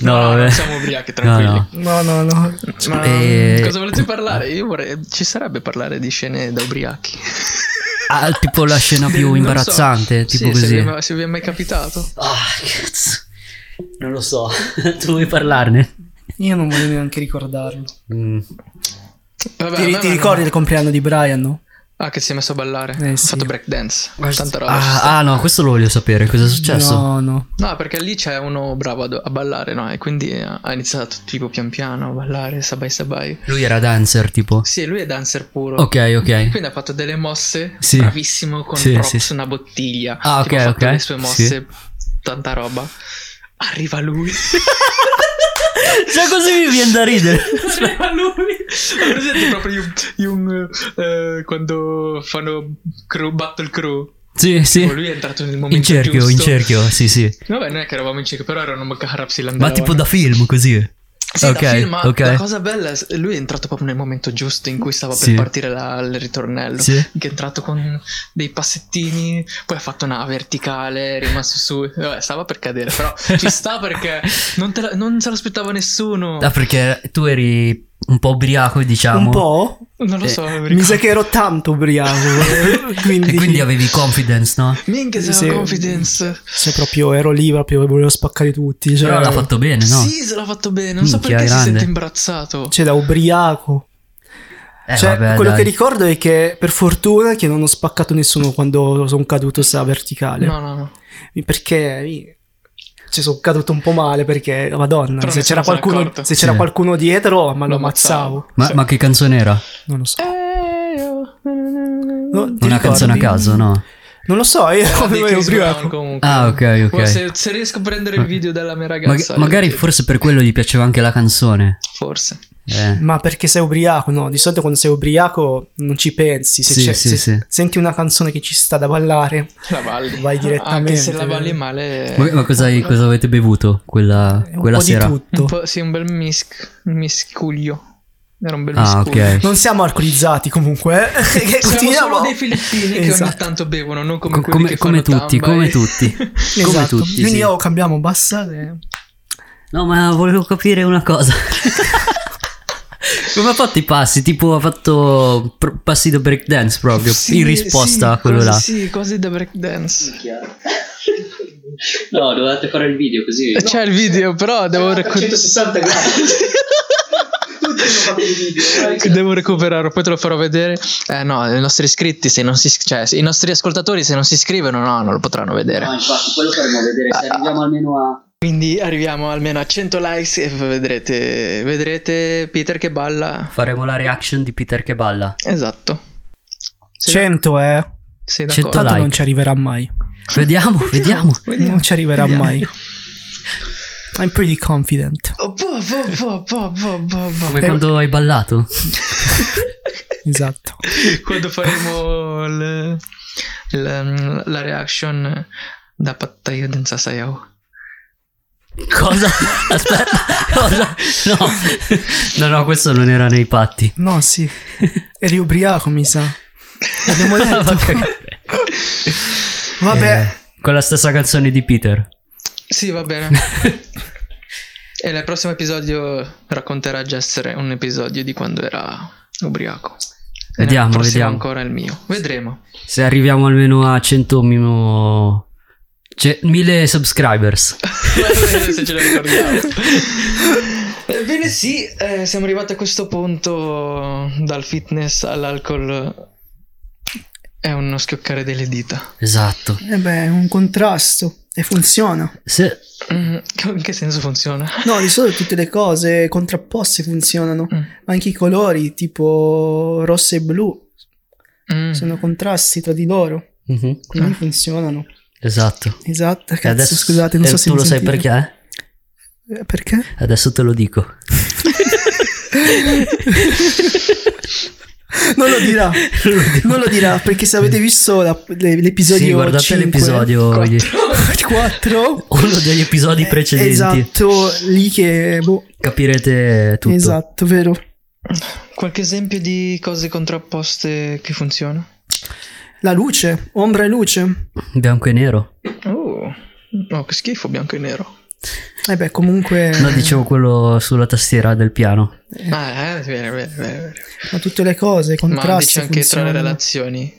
No, non vabbè. siamo ubriachi, tranquilli. No, no. No, no, no. Ma mm, Eh, cosa volete parlare? Io vorrei... Ci sarebbe parlare di scene da ubriachi. Ah, tipo la scena più Non so. imbarazzante, Sì, tipo se così. vi è mai- Se vi è mai capitato. Ah, cazzo. Non lo so. tu vuoi parlarne? Io non voglio neanche ricordarlo. Mm. Vabbè, a ti me ti mi hanno- ricordi del compleanno di Brian, no? Ah, che si è messo a ballare. Eh, ha sì. fatto break dance. Guarda- Tanta roba. ci sta. Ah, ah, no, questo lo voglio sapere. Cosa è successo? No, no. No, perché lì c'è uno bravo ad- a ballare, no? E quindi eh, ha iniziato tipo pian piano a ballare, sabai sabai. Lui era dancer, tipo. Sì, lui è dancer puro. Ok, ok. Quindi ha fatto delle mosse, Sì. bravissimo, con Sì, props, sì, sì. una bottiglia. Ah, Tipo, ok, ha fatto ok, le sue mosse, sì. tanta roba. Arriva lui. Cioè, Già così mi viene da ridere. Arriva lui. Hai presente proprio gli un, gli un, eh, quando fanno crew, battle crew. Sì, sì. Tipo, lui è entrato nel momento In cerchio, giusto. in cerchio, sì, sì. Vabbè, non è che eravamo in cerchio, però erano Harapsi Ma tipo da film, così. Sì, ok, da film, ma ok. la cosa bella è s- lui è entrato proprio nel momento giusto in cui stava Sì. per partire la- il ritornello. Sì. Che è entrato con dei passettini, poi ha fatto una verticale, è rimasto su. Vabbè, stava per cadere, però ci sta perché non, te la- non se l'aspettava nessuno. Ah, perché tu eri un po' ubriaco, diciamo. Un po'? Non lo Eh, so, non mi Mi sa ricordo. che ero tanto ubriaco. eh, quindi, E quindi avevi confidence, no? Minchia, se Sì. la confidence. cioè, proprio ero lì, proprio volevo spaccare tutti. Cioè, Però l'ha fatto bene, Eh, no? Sì, se l'ha fatto bene. Non so Minchia, perché si grande. sente imbarazzato. cioè, da ubriaco. Eh, cioè, vabbè, quello dai. che ricordo è che per fortuna che non ho spaccato nessuno quando sono caduto sta verticale. No, no, no. Perché mi- ci sono caduto un po' male perché, madonna, Però se nessuno c'era, se n'è qualcuno, accorto. se c'era Sì. qualcuno dietro, ma lo Lo ammazzavo. Cioè, Ma, Cioè, ma che canzone era? Non lo so. Eh, io- No, ti Una ricordi? canzone a caso, no? Non lo so, io Era dei ero Chris Brown, ubriaco. comunque. Ah, ok, Guarda, ok. Se, se riesco a prendere il video della mia Ma- ragazza, magari forse forse per quello gli piaceva anche la canzone. forse. Eh. Ma perché sei ubriaco? No, di solito quando sei ubriaco non ci pensi. Se, Sì, c'è- sì, se sì. senti una canzone che ci sta da ballare, La balli. Vai direttamente. Anche se la balli male. Ma, ma cosa, hai- cosa avete bevuto quella, un quella po' sera? di Un tutto. po', sì, un bel misc, un miscuglio. Era un bel Ah, miscuglio. ok. Non siamo alcolizzati comunque. eh, che Siamo continuiamo. solo dei filippini che ogni Esatto. tanto bevono, non come Co- quelli come- che come fanno tutti, tamba come e- tutti. Come Esatto. tutti, Quindi sì. io cambiamo bassate. No, ma volevo capire una cosa. Come ha fatto i passi? Tipo ha fatto pr- passi da breakdance proprio Sì, in risposta sì, a quello cose- là. Sì, cose da breakdance. No, dovevate fare il video così. Eh, C'è il video, però devo recuperare. 160 gradi. Devo recuperarlo, poi te lo farò vedere. Eh no, i nostri iscritti, se non si, cioè, i nostri ascoltatori, se non si iscrivono, no, non lo potranno vedere. infatti, poi lo faremo vedere se arriviamo almeno a. Quindi arriviamo almeno a 100 likes e vedrete, vedrete Peter che balla. Faremo la reaction di Peter che balla. Esatto. Sei- 100 eh. sei cento d'accordo? Tanto non like. ci arriverà mai. Vediamo, vediamo. Non ci arriverà mai. I'm pretty confident. Oh, po, po, po, po, po, po, po. Come quando hai ballato. Esatto. Quando faremo il- il- la reaction da Pattaio Denza Sayao. Cosa? Aspetta, cosa? No. no, no, questo non era nei patti. No, sì. Eri ubriaco, mi sa. L'abbiamo detto. Vabbè. Eh, con la stessa canzone di Peter. Sì, va bene. e nel prossimo episodio racconterà Jessere un episodio di quando era ubriaco. E nel Vediamo, prossimo vediamo. ancora il mio. Vedremo. Se arriviamo almeno a 100 mimo... cioè, 1000 subscribers. se ce la ricordiamo. Ebbene sì, eh, siamo arrivati a questo punto dal fitness all'alcol. È uno schioccare delle dita. Esatto. Eh beh, è un contrasto e funziona. Se... Mm, In che senso funziona? No, di solito tutte le cose contrapposte funzionano. Mm. Anche i colori, tipo rosso e blu, Mm. sono contrasti tra di loro. Quindi Ah. funzionano. Mhm. Esatto. Esatto, E cazzo, scusate, non eh, so se tu mi lo sai sentite. perché? Eh, Perché? eh? Adesso te lo dico. Non lo dirà. non lo dirà, perché se avete visto la- le- l'episodio sì, guardate 5, l'episodio. gli- 4 Uno degli episodi precedenti. Eh, Esatto, lì che boh, Capirete tutto. esatto, vero. Qualche esempio di cose contrapposte che funziona? La luce, ombra e luce. Bianco e nero. Oh, no, che schifo, bianco e nero. Eh beh, comunque No, dicevo quello sulla tastiera del piano. Ah, eh, bene, bene, bene, bene. ma tutte le cose Ma contrasti dice anche tra le funzionano. relazioni.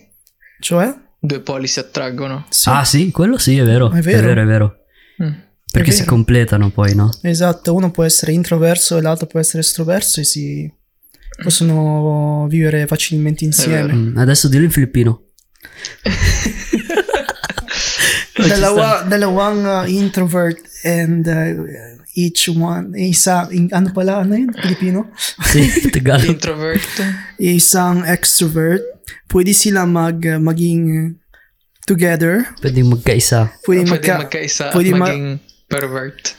Cioè? Due poli si attraggono. Sì, Ah, sì, quello sì, è vero. È vero. è vero. è vero. Mm. Perché si vero. completano poi, no? Esatto, uno può essere introverso e l'altro può essere estroverso e si Mm. possono vivere facilmente insieme. Mm, adesso dillo in filippino. Della, Ci sta. one, della one, uh, introvert and uh, each one, isa, in, ano pala, ano yun, Filipino? Sì, Tagalog. Introvert. Isang extrovert. Pwede sila mag, uh, maging together. Pwedeng magkaisa. Pwede, Ah, pwede magka- magkaisa pwede at ma- maging pervert.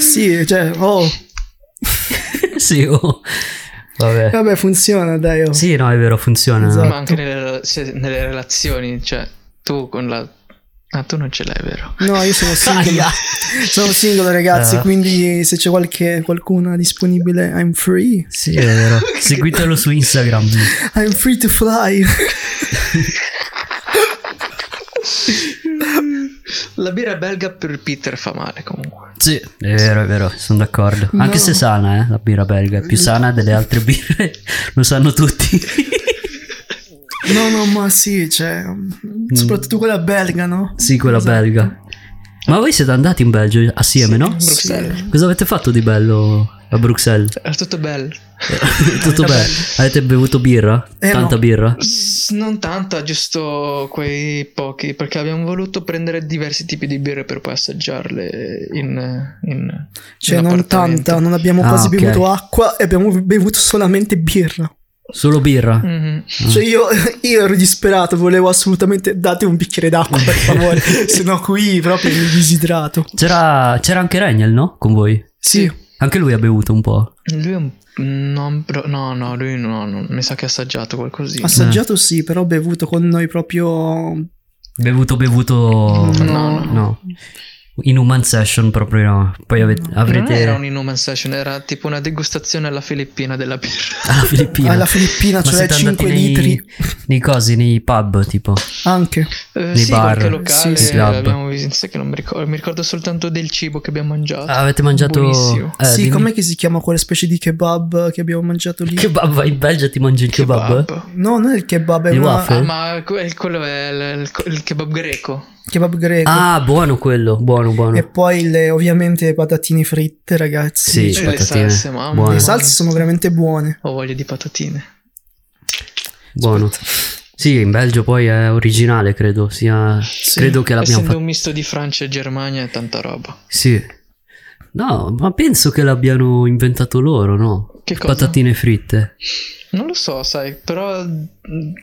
Sì, cioè, oh. sì, oh. Vabbè. Vabbè, funziona, dai. Oh. Sì, no, è vero, funziona. Esatto. Ma anche nelle, se- nelle relazioni, cioè tu con la... Ah, tu non ce l'hai, vero? No, io sono single. Aia. sono single, ragazzi. Ah. Quindi, se c'è qualche, qualcuna disponibile, I'm free. Sì, è vero. Seguitelo su Instagram. I'm free to fly. La birra belga per Peter fa male comunque. Sì, è vero, è vero, sono d'accordo. No. Anche se sana, eh, la birra belga. È più sana delle altre birre. Lo sanno tutti. No, no, ma sì, cioè, Mm. soprattutto quella belga, no? sì, quella Esatto. belga. Ma voi siete andati in Belgio assieme, no? Bruxelles. Cosa avete fatto di bello a Bruxelles? Era tutto bello. Tutto bene? Avete bevuto birra? Eh, Tanta no. birra? S- Non tanto, giusto quei pochi, perché abbiamo voluto prendere diversi tipi di birre per poi assaggiarle in... in Cioè, in non appartamento. tanta, non abbiamo Ah, quasi ok. Mm. bevuto acqua e abbiamo bevuto solamente birra. Solo birra? Mhm. Cioè, io, io ero disperato, volevo assolutamente date un bicchiere d'acqua, per favore, se no qui proprio mi disidrato. C'era, c'era anche Regnel, no? Con voi? Sì, Anche lui ha bevuto un po'. Lui è un... non pro- no, no, lui no, no, mi sa che ha assaggiato Ah, qualcosina. assaggiato sì, però bevuto con noi proprio... Bevuto, bevuto. No. no. In human session proprio no. Poi ave- Non avrete. era un inhuman session, era tipo una degustazione alla filippina della birra. Alla Filippina. Alla Filippina, Ma cioè siete 5 andati nei, litri Nei cosi, nei pub, tipo. anche. Eh, Nei sì, bar, qualche locale sì, sì. Club. abbiamo visto, sai che non mi ricordo, mi ricordo soltanto del cibo che abbiamo mangiato. Avete mangiato. Buonissimo. eh, sì, dimmi- com'è che si chiama quella specie di kebab che abbiamo mangiato lì? Kebab, vai in Belgio e ti mangi il kebab? No, non è il kebab, è Il una- waffle? Ah, ma que- quello è il, il- il kebab greco. kebab greco. Ah, buono quello. Buono, buono. E poi le, ovviamente le patatine fritte, ragazzi. Sì, E le patatine. salse, mamma buono, Le mia. salse sono veramente buone. Ho voglia di patatine. buono. Sì, in Belgio poi è originale, credo. Sia... credo che l'abbiamo Essendo fatto. un misto di Francia e Germania è tanta roba. Sì. No, ma penso che l'abbiano inventato loro, no? Che cosa? Patatine fritte. Non lo so, sai, però mh,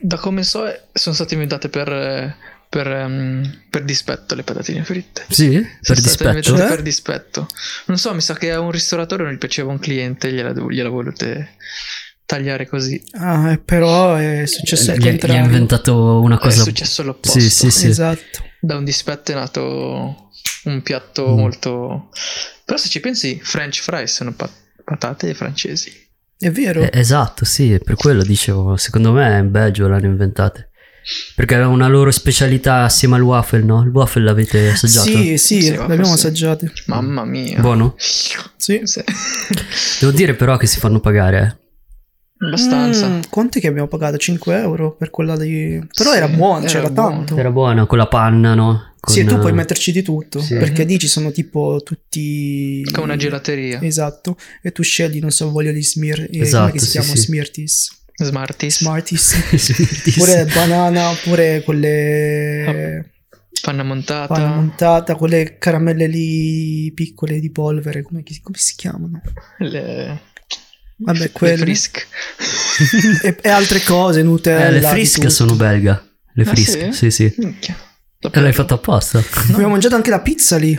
da come so eh, sono state inventate per, eh, per, ehm, per dispetto le patatine fritte. Sì? per Sono state dispetto. inventate Eh? per dispetto. Non so, mi sa che a un ristoratore non gli piaceva un cliente, gliela, gliela volete tagliare così. Ah, eh, però è successo il Gli gli eh, ha contrario. inventato una cosa. È successo l'opposto. Sì, sì, sì. Esatto. Da un dispetto è nato un piatto Mm. molto... Però se ci pensi, French fries sono pat- patate francesi. È vero. Eh, esatto, sì, per quello dicevo. Secondo me in Belgio l'hanno inventate. Perché aveva una loro specialità assieme al waffle, no? Il waffle l'avete assaggiato? Sì, sì, Sì, l'abbiamo forse. assaggiato. Mamma mia. Buono? Sì. Sì. Mm. Devo dire però che si fanno pagare, eh. Abbastanza. Mm, quanti che abbiamo pagato? 5 euro per quella di... Però Sì, era buona, era c'era buono. tanto. Era buona con la panna, no? Con, Oh. Sì, tu puoi eh, metterci di tutto, sì. perché lì ci sono tipo tutti... Con una gelateria. Esatto, e tu scegli, non so, voglio gli smear... eh, Esatto, come che si sì, chiamano? sì. Smearties. Smarties. Smarties. sì, Oppure sì. banana, oppure Ah. quelle Panna montata. panna montata, quelle caramelle lì piccole di polvere, come, chi- come si chiamano? le... Vabbè, le quelle frisk. e, e altre cose, Nutella. Eh, le di tutto. frisk sono belga. Le Ah, frisk, sì? sì, sì. Minchia. E l'hai fatto apposta? Abbiamo mangiato anche la pizza lì.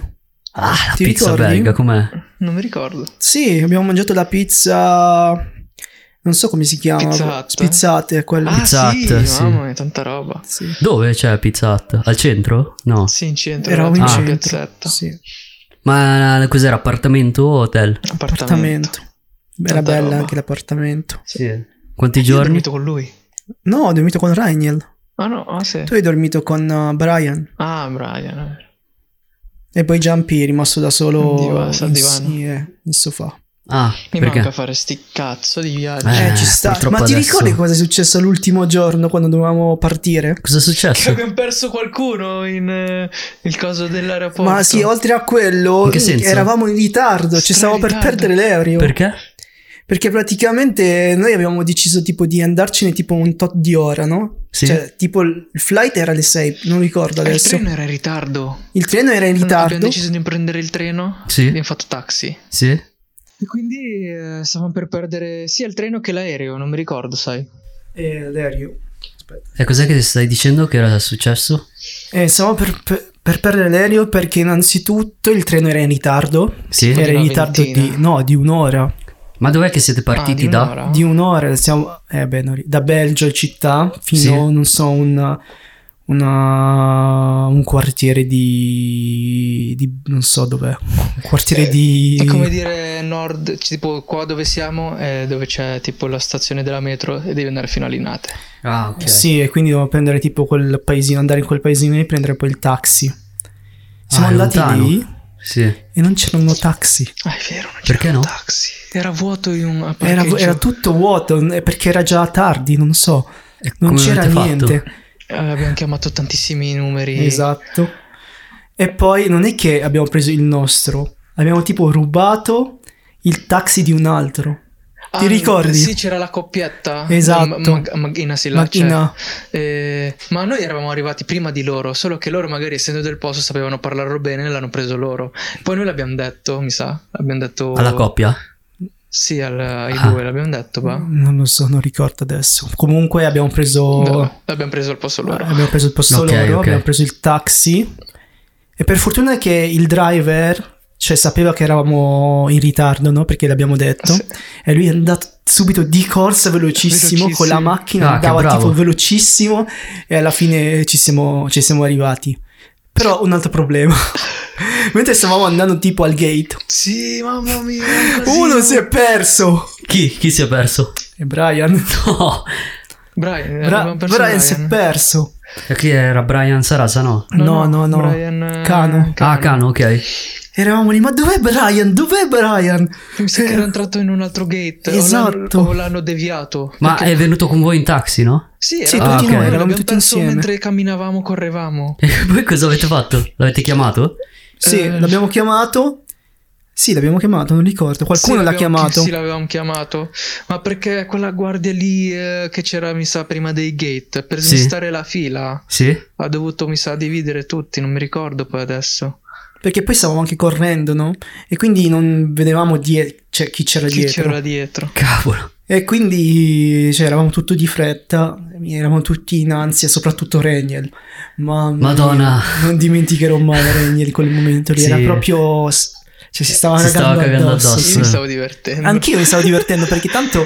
Ah, la Ti pizza ricordi? belga, com'è? Non mi ricordo. Sì, abbiamo mangiato la pizza. Non so come si chiama. Pizza Hut? Spizzate, quella. Ah, Pizza sì, Hut, sì. mamma mia, tanta roba. Sì. Dove c'è la Pizza Hut? Al centro? No. Sì, in centro. Eravamo in una centro. Ah. piazzetta. Sì. Ma cos'era? Appartamento o hotel? Appartamento. Appartamento. Era Tanta bella roba. anche l'appartamento. Sì. Quanti Io ho giorni? dormito con lui. No, ho dormito con Rainiel. Ah no, ah sì. Tu hai dormito con uh, Brian. Ah, Brian. eh. E poi Giampi è rimasto da solo Diva- sul in, divano. sì, eh, in sofà. Ah, Mi perché? manca fare sti cazzo di viaggi. Eh, Eh, ci sta. purtroppo Ma ti adesso- ricordi cosa è successo l'ultimo giorno quando dovevamo partire? Cosa è Che successo? abbiamo perso qualcuno in eh, il coso dell'aeroporto. Ma sì, oltre a quello, In che senso? eravamo in ritardo, ci stavamo per Straritardo. perdere l'aereo. Perché? Perché praticamente noi avevamo deciso tipo di andarcene tipo un tot di ora, no? Sì. Cioè, tipo il il flight era alle 6, non ricordo Eh, il adesso. treno era in ritardo. Il treno era in Abbiamo ritardo. deciso di non prendere il treno. Sì. Abbiamo fatto taxi. Sì? E quindi eh, stavamo per perdere sia il treno che l'aereo, non mi ricordo, sai. Eh, l'aereo. Aspetta. E cos'è che stai dicendo che era successo? Eh, stavamo per, per- per perdere l'aereo perché innanzitutto il treno era in ritardo. Sì? Era in Una ritardo ventina. di... No, di un'ora. Ma dov'è che siete partiti Ah, di da? un'ora. Di un'ora. Siamo, eh, beh, non ri- da Belgio in città fino, Sì. non so, una- una- un quartiere di, di... non so dov'è. Un quartiere Eh, di... È come dire nord, c- tipo qua dove siamo, eh, dove c'è tipo la stazione della metro e devi andare fino a Linate. Ah, ok. Sì, e quindi dovevo prendere tipo quel paesino, andare in quel paesino e prendere poi il taxi. Siamo Ah, è andati lontano. lì Sì. e non c'erano taxi. Ah, è vero, non Perché c'era no? un taxi. Era vuoto in un Era, parcheggio. era tutto vuoto eh, perché era già tardi, non so, E non come c'era avete fatto? niente. Eh, abbiamo chiamato tantissimi numeri. Esatto. E poi non è che abbiamo preso il nostro, abbiamo tipo rubato il taxi di un altro. Ah, Ti ricordi? Sì, c'era la coppietta. Esatto. Eh, ma- ma- Maghina si là, cioè. Macchina. Eh, ma noi eravamo arrivati prima di loro, solo che loro magari essendo del posto sapevano parlarlo bene e l'hanno preso loro. Poi noi l'abbiamo detto, mi sa, abbiamo detto... Alla coppia? Sì, al- ai Ah. due l'abbiamo detto, va. Non lo so, non ricordo adesso. Comunque abbiamo preso Vabbè, L'abbiamo preso al posto loro. Abbiamo preso il posto Ok, loro, ok. abbiamo preso il taxi. E per fortuna che il driver cioè, sapeva che eravamo in ritardo, no? Perché l'abbiamo detto. Sì. E lui è andato subito di corsa velocissimo, con la Velocissimo. macchina, Ah, che andava bravo. tipo velocissimo e alla fine ci siamo, ci siamo arrivati. Però un altro problema. Mentre stavamo andando tipo al gate, Sì, mamma mia. è un casino. uno si è perso. Chi? Chi si è perso? E Brian. No. Brian, Bra- Eh, abbiamo perso Brian si è perso. E chi era Brian Sarasa, no? No, no, no. Brian, eh, Cano. Ah, Cano, ok. Eravamo lì, ma dov'è Brian? Dov'è Brian? Mi sa che era entrato in un altro gate. o Eh. Esatto. l'hanno- O l'hanno deviato. Ma è venuto con voi in taxi, no? Sì, Sì, eravamo tutti noi, noi, eravamo l'abbiamo tutti perso insieme. mentre camminavamo, correvamo. E poi cosa avete fatto? L'avete chiamato? Sì, Eh. l'abbiamo chiamato. Sì, l'abbiamo chiamato, non ricordo. Qualcuno Sì, l'ha l'abbiamo- chiamato. Sì, l'avevamo chiamato. Ma perché quella guardia lì eh, che c'era, mi sa, prima dei gate, per Sì. smistare la fila, Sì? ha dovuto, mi sa, dividere tutti, non mi ricordo poi adesso. Perché poi stavamo anche correndo, no? E quindi non vedevamo die- cioè, chi c'era Chi dietro. c'era dietro? Cavolo. E quindi cioè, eravamo tutto di fretta, eravamo tutti in ansia, soprattutto Reniel. Mamma mia, Madonna. non dimenticherò mai Reniel quel momento lì. Era Sì. proprio. s- Cioè, si stava Si cagando, stava cagando addosso. addosso. Io mi stavo divertendo. Anch'io mi stavo divertendo perché tanto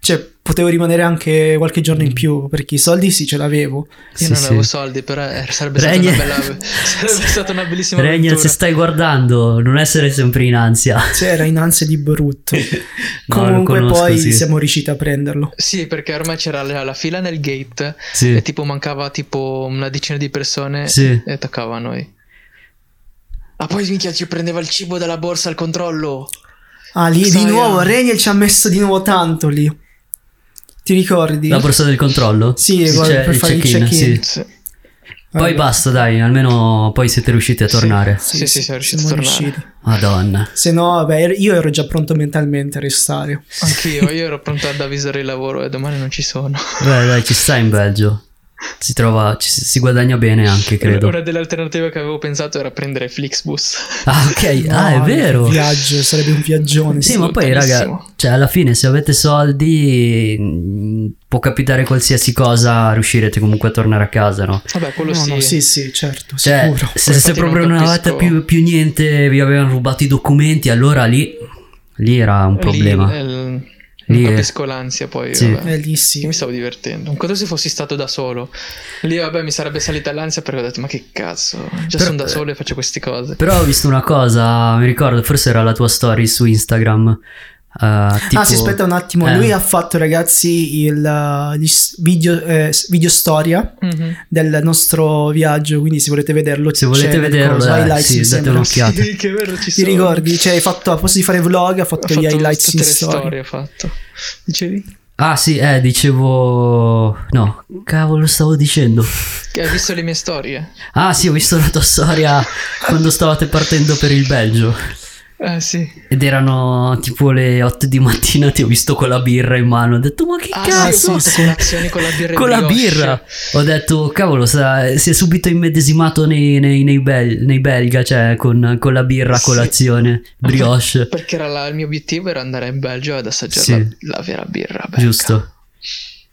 cioè, potevo rimanere anche qualche giorno Mm. in più perché i soldi sì ce l'avevo. Io Sì, non sì. avevo soldi, però eh, sarebbe stata, una, Renier- bella, sarebbe stata una bellissima Regna, se avventura. stai guardando, non essere sempre in ansia. Cioè, era in ansia di brutto. No, lo Comunque, conosco, poi sì. siamo riusciti a prenderlo. Sì, perché ormai c'era la, la fila nel gate e Sì. tipo mancava tipo una decina di persone Sì. e attaccava a noi. Ah, poi minchia ci prendeva il cibo dalla borsa al controllo. Ah, lì Sai, di nuovo ah. Reniel ci ha messo di nuovo tanto lì. Ti ricordi? La borsa del controllo? Sì, Il guarda, che- per fare il check-in. sì. Sì. Poi Allora, basta, dai, almeno poi siete riusciti a tornare. Sì, sì, siamo riusciti a siamo tornare. riusciti. Madonna. Se no, vabbè, er- io ero già pronto mentalmente a restare. Anch'io, io ero pronto ad avvisare il lavoro e domani non ci sono. Beh, dai, ci sta in Belgio. Si trova, ci, si guadagna bene anche, credo. Una delle alternative che avevo pensato era prendere Flixbus. Ah, ok, No, ah, è vero. Viaggio, sarebbe un viaggione. Sì, sì. ma poi, raga, lontanissimo. cioè, alla fine, se avete soldi, mh, può capitare qualsiasi cosa, riuscirete comunque a tornare a casa, no? Vabbè, quello No, sì. no, sì, sì, certo, Cioè, sicuro. se, se Infatti non proprio non capisco. avevate più, più niente, vi avevano rubato i documenti, allora lì, lì era un Lì, problema. eh, l- Lì non è- capisco l'ansia poi. Sì. vabbè. Eh, lì Io sì. mi stavo divertendo. Un conto se fossi stato da solo. Lì, vabbè, mi sarebbe salita l'ansia perché ho detto: Ma che cazzo, già Però- sono da solo e faccio queste cose. Però ho visto una cosa, mi ricordo, forse era la tua story su Instagram. eh, tipo- Ah, si aspetta un attimo. Eh. Lui ha fatto, ragazzi, il uh, gli s- video, eh, s- video storia Mhm. del nostro viaggio. Quindi, se volete vederlo, Se volete c'è nel vederlo, coso, eh, highlights, sì, mi date sembra. un'occhiata. Ah, Sì, che è vero, ci Ti sono. ricordi? Cioè, hai fatto, a posto di fare vlog, ha Ha fatto fatto gli highlights tutte in le storia. storie, ha fatto. Dicevi? Ah, sì, eh, dicevo. No, cavolo, stavo dicendo. Che hai visto le mie storie? Ah, sì, ho visto la tua storia quando stavate partendo per il Belgio. Eh sì. Ed erano tipo le 8 di mattina, ti ho visto con la birra in mano. Ho detto, ma che Ah, sì, cazzo? ho fatto colazione con la birra e Con la brioche. birra. Ho detto, cavolo, sa- si è subito immedesimato nei, nei- nei bel- nei belga, cioè con, con la birra a Sì. colazione, brioche. Perché era la- il mio obiettivo era andare in Belgio ad assaggiare Sì. la, la vera birra. belga. Giusto.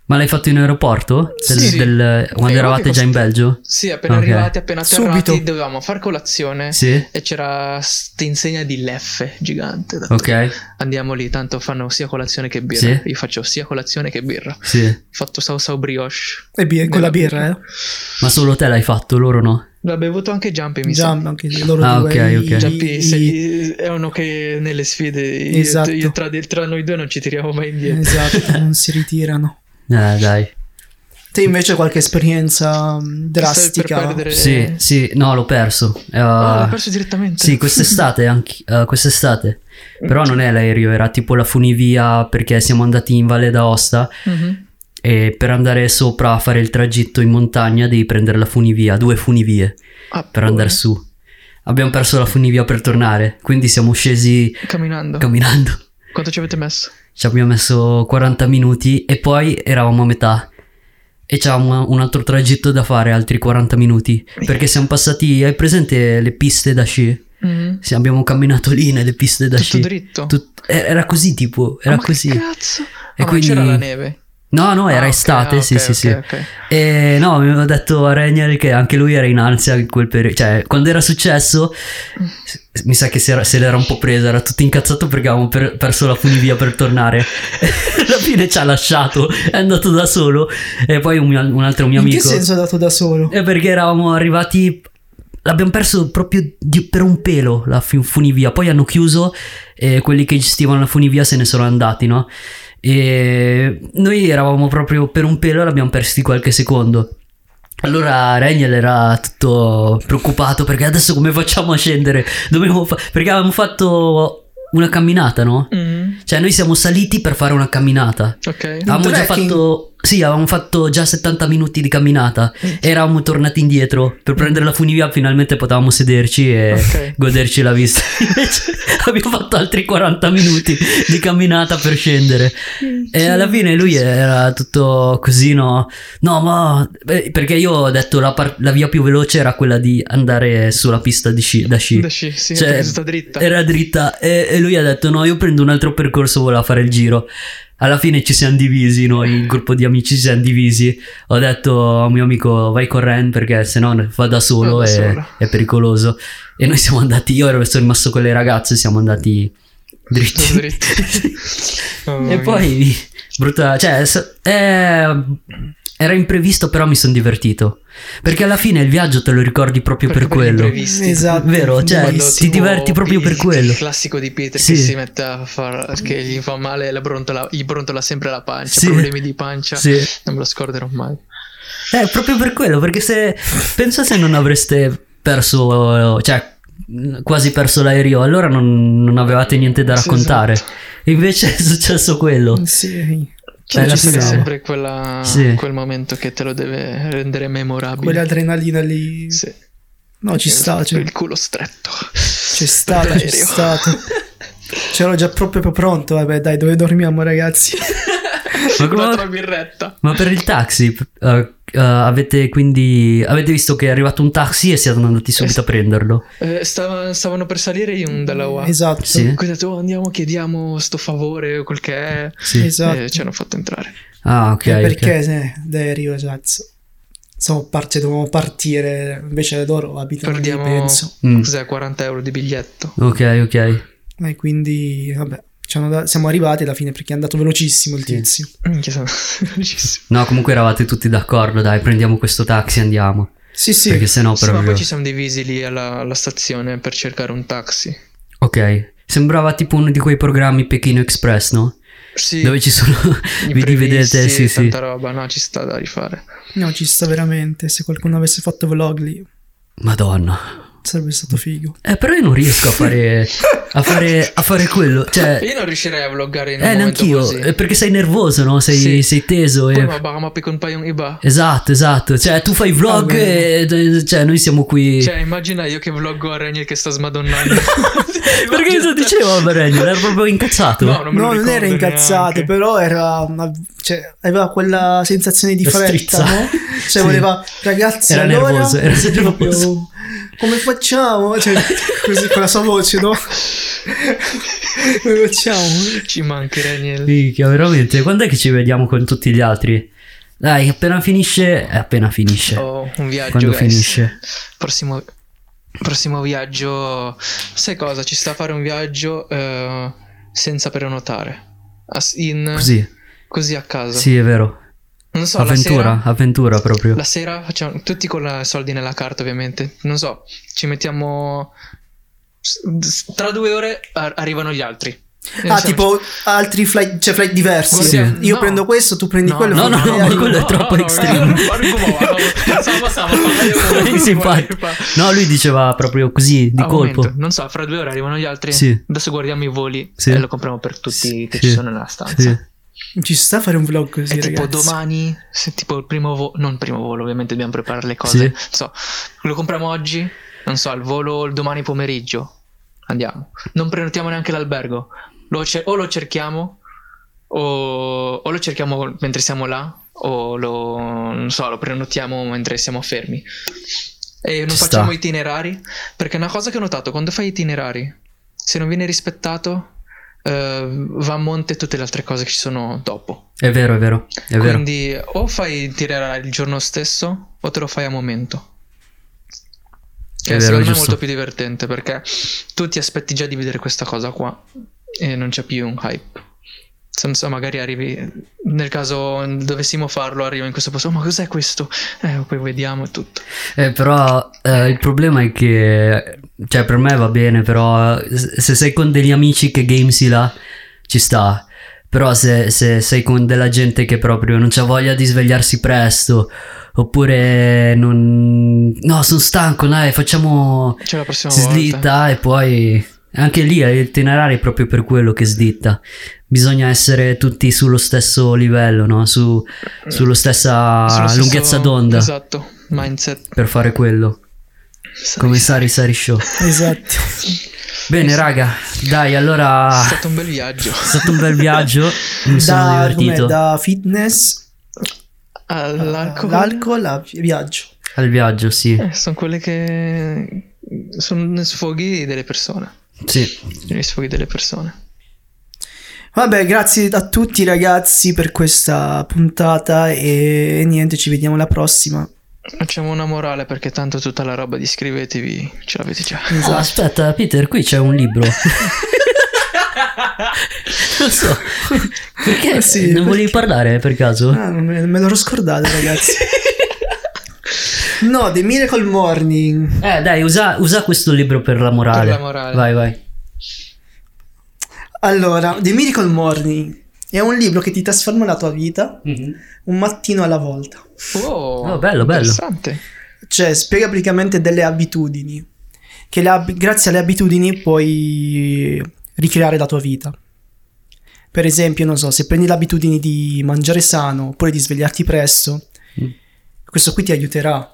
Ma l'hai fatto in aeroporto? Del- Sì. del- quando Eh, eravate guarda già in che costa- Belgio? Sì, appena Ok. arrivati, appena atterrati, Subito. dovevamo far colazione. Sì. E c'era sta insegna di Leffe gigante. Ho detto, Ok. Andiamo lì, tanto fanno sia colazione che Sì. birra. Io faccio sia colazione che birra. Ho Sì. fatto sau sau brioche. E bi- con la birra, eh. Ma solo te l'hai fatto, loro no? L'ha bevuto anche Giampi, mi sa. Jump, anche loro Ah, due. ok, i- ok. Giampi, i- Cioè, se gli- è uno che nelle sfide io- Esatto. io tra, tra noi due non ci tiriamo mai indietro. Esatto, non si ritirano. Eh, dai. Te invece hai qualche esperienza mh, drastica? Stavi per perdere- Sì, sì, no, l'ho perso. Eh, Ah, l'ha perso direttamente. Sì, quest'estate, anche, eh, quest'estate. Però non è l'aereo, era tipo la funivia perché siamo andati in Valle d'Aosta Mhm. e per andare sopra a fare il tragitto in montagna devi prendere la funivia, due funivie Ah, per pure. andare su. Abbiamo perso la funivia per tornare, quindi siamo scesi Camminando. camminando. Quanto ci avete messo? Ci abbiamo messo 40 minuti e poi eravamo a metà. E c'avevamo un altro tragitto da fare, altri 40 minuti. Perché siamo passati, hai presente le piste da sci? Mhm. Sì, abbiamo camminato lì nelle piste da Tutto sci. dritto. Tut- e- era così, tipo, Ah, era ma che così. cazzo? Ah, ma quindi- c'era la neve. No, no, Ah, era ok, estate, ah, sì, ok, sì, ok, sì. ok. E no, mi aveva detto a Regner che anche lui era in ansia in quel periodo. Cioè, quando era successo, s- mi sa che si era- se l'era un po' presa, era tutto incazzato perché avevamo per- perso la funivia per tornare. Alla fine ci ha lasciato, è andato da solo. E poi un, mio- un altro mio In amico. che senso è dato da solo? È Eh, perché eravamo arrivati. L'abbiamo perso proprio di- per un pelo la fu- funivia. Poi hanno chiuso e quelli che gestivano la funivia se ne sono andati, no? E noi eravamo proprio per un pelo e l'abbiamo persi di qualche secondo. Allora Reniel era tutto preoccupato perché adesso come facciamo a scendere? Dobbiamo fa- perché avevamo fatto una camminata, no? Mhm. Cioè noi siamo saliti per fare una camminata. Ok. Ah, Avevamo già trekking? fatto. Sì, avevamo fatto già 70 minuti di camminata. Eravamo tornati indietro per prendere la funivia. Finalmente potevamo sederci e Ok. goderci la vista. Invece abbiamo fatto altri 40 minuti di camminata per scendere. E alla fine lui era tutto così, no? No, ma beh, perché io ho detto la, par- la via più veloce era quella di andare sulla pista di sci- da sci. Da sci, sì, Cioè, perché è stata dritta. Era dritta e, e lui ha detto no, io prendo un altro percorso, voleva fare il giro. Alla fine ci siamo divisi, noi, il gruppo di amici ci siamo divisi. Ho detto a mio amico vai con Ren perché se no va da solo, Va da è, solo. è pericoloso. E noi siamo andati, io ero sono rimasto con le ragazze, siamo andati dritti. Tutto dritto. Mamma e mia. poi, brutta, cioè, s- eh, era imprevisto però mi sono divertito. Perché alla fine il viaggio te lo ricordi proprio Perché per quello. gli imprevisti. Esatto. Vero, cioè, Quando ti tipo diverti proprio per il quello. classico di Peter Sì. che si mette a far che gli fa male la brontola, gli brontola sempre la pancia, Sì. problemi di pancia. Sì. Non me lo scorderò mai. Eh, proprio per quello, perché se pensa se non avreste perso, cioè mh, quasi perso l'aereo, allora non, non avevate niente da Sì, raccontare. esatto. Invece è successo quello. Sì, Cioè, C'è la sempre- stessa- sempre quella- Sì. quel momento che te lo deve rendere memorabile. quell'adrenalina lì. Sì. No, ci sta, cioè, Il culo stretto. c'è stata, c'è L'aereo. stata. C'ero già proprio pronto, vabbè dai, dove dormiamo ragazzi? Ma, come- L'altra birretta. ma per il taxi, p- eh, eh, avete quindi avete visto che è arrivato un taxi e siete andati subito a prenderlo? Eh, stava- stavano per salire in dalla UA. Esatto. Sì. Quindi ho detto, "Oh, andiamo, chiediamo sto favore o quel che è. Sì. Esatto. E ci hanno fatto entrare. Ah, ok. Eh, ok. perché eh, Dario, esatto. Siamo parti, dovevamo partire, invece loro abitano lì, Perdiamo penso. Mm. cos'è, 40 euro di biglietto. Ok, ok. E quindi, vabbè, ci hanno da- siamo arrivati alla fine perché è andato velocissimo il Sì. tizio. Minchia, sono velocissimo. No, comunque eravate tutti d'accordo, dai, prendiamo questo taxi e andiamo. Sì, sì. Perché sennò Sì, ma proprio... poi ci siamo divisi lì alla, alla stazione per cercare un taxi. Ok. Sembrava tipo uno di quei programmi Pechino Express, no? Sì, Dove ci sono... vi imprevisti, vedete, sì, sì. tanta roba, no, ci sta da rifare. No, ci sta veramente. Se qualcuno avesse fatto vlog lì, Madonna. sarebbe stato figo. Eh, però io non riesco a fare... a fare, a fare quello. Cioè... Io non riuscirei a vloggare in un Eh, momento neanch'io. così. eh, Perché sei nervoso, no? Sei, Sì. sei teso eh. Poi e... ma baka mapikunpa yung iba. Esatto, esatto. Cioè, tu fai vlog Ah, e... eh, Cioè, noi siamo qui... Cioè, immagina io che vloggo a Renier che sta smadonnando. perché io te lo dicevo, Barello? Era proprio incazzato. No, non me lo no, non ricordo era incazzato, neanche. però era una- cioè, aveva quella sensazione di La fretta, strizza. no? Sì. Cioè, voleva, ragazzi, Era allora, nervoso, era proprio, nervoso. come facciamo? Cioè, così con la sua voce, no? come facciamo? Ci manchi Renier. Minchia, veramente. Quando è che ci vediamo con tutti gli altri? Dai, appena finisce... eh, Appena finisce. Oh, un viaggio, Quando guys. finisce. Prossimo, prossimo viaggio. Sai cosa? Ci sta a fare un viaggio eh, senza prenotare. As in- così. Così. a caso. Sì, è vero. eh. Non so, Avventura, avventura proprio. La sera, la sera facciamo tutti con i soldi nella carta, ovviamente. Non so, ci mettiamo. s- Tra due ore ar- arrivano gli altri. E Ah, siamo- tipo altri flight, cioè flight diversi. Eh, cioè, Sì. Io No. prendo questo, tu prendi No, quello. no, no, fai- no, ma quello è troppo extreme. Sì, infatti. No, lui diceva proprio così, di Ah, un colpo. momento, Non so, fra due ore arrivano gli altri. Sì. Adesso guardiamo i voli Sì. e lo compriamo per tutti Sì, che sì. ci sono nella stanza. Sì. Ci sta a fare un vlog così, e tipo ragazzi. domani, se tipo il primo volo, non il primo volo, ovviamente dobbiamo preparare le cose. Sì. Non so, lo compriamo oggi, non so, al volo il domani pomeriggio. Andiamo. Non prenotiamo neanche l'albergo. Lo cer- o lo cerchiamo, o, o lo cerchiamo mentre siamo là, o lo, non so, lo prenotiamo mentre siamo fermi. E non Ci sta. facciamo itinerari, perché è una cosa che ho notato, quando fai itinerari, se non viene rispettato, eh, va a monte tutte le altre cose che ci sono dopo. È vero, è vero, è vero. Quindi o fai tirare il giorno stesso o te lo fai a momento. Che È vero, eh, secondo me è giusto. molto più divertente perché tu ti aspetti già di vedere questa cosa qua e non c'è più un hype. Se non so, magari arrivi nel caso dovessimo farlo, arrivo in questo posto, "Oh, ma cos'è questo? Eh, poi vediamo e tutto. Eh, però eh, il problema è che, cioè, per me va bene, però eh, se sei con degli amici che gamesi là, ci sta. Però se, se sei con della gente che proprio non c'ha voglia di svegliarsi presto, oppure non... No, sono stanco, dai, facciamo... C'è Cioè, la prossima si volta. slitta e poi... Anche lì l'itinerario è proprio per quello che slitta. Bisogna essere tutti sullo stesso livello, no? Su, sulla stessa Sullo stesso- lunghezza d'onda Esatto, mindset. per fare quello. Come Sari Sari Show. Esatto. Bene, raga, dai, allora Esatto. è È stato un bel viaggio. stato un bel viaggio. Mi sono Da, com'è? divertito da fitness, eh, All'alcol. all'alcol a viaggio. al viaggio, sì. Eh, sono quelle che sono sfoghi delle persone. Sì. Gli sfoghi delle persone. Vabbè, grazie a tutti ragazzi per questa puntata e niente, ci vediamo alla prossima. Facciamo una morale perché tanto tutta la roba di iscrivetevi ce l'avete già. Oh, aspetta, Peter, qui c'è un libro. non so. Perché Eh sì, non perché- volevi parlare per caso? Ah, non me, me l'ero scordato ragazzi. no, The Miracle Morning. Eh, dai, usa, usa questo libro per la morale. Per la morale. Vai, vai. Allora, The Miracle Morning è un libro che ti trasforma la tua vita Mm-hmm. un mattino alla volta. Oh, Oh, bello, bello. Interessante. Cioè, spiega praticamente delle abitudini. Che le ab- grazie alle abitudini puoi ricreare la tua vita. Per esempio, non so, se prendi l'abitudine di mangiare sano oppure di svegliarti presto, Mm. questo qui ti aiuterà.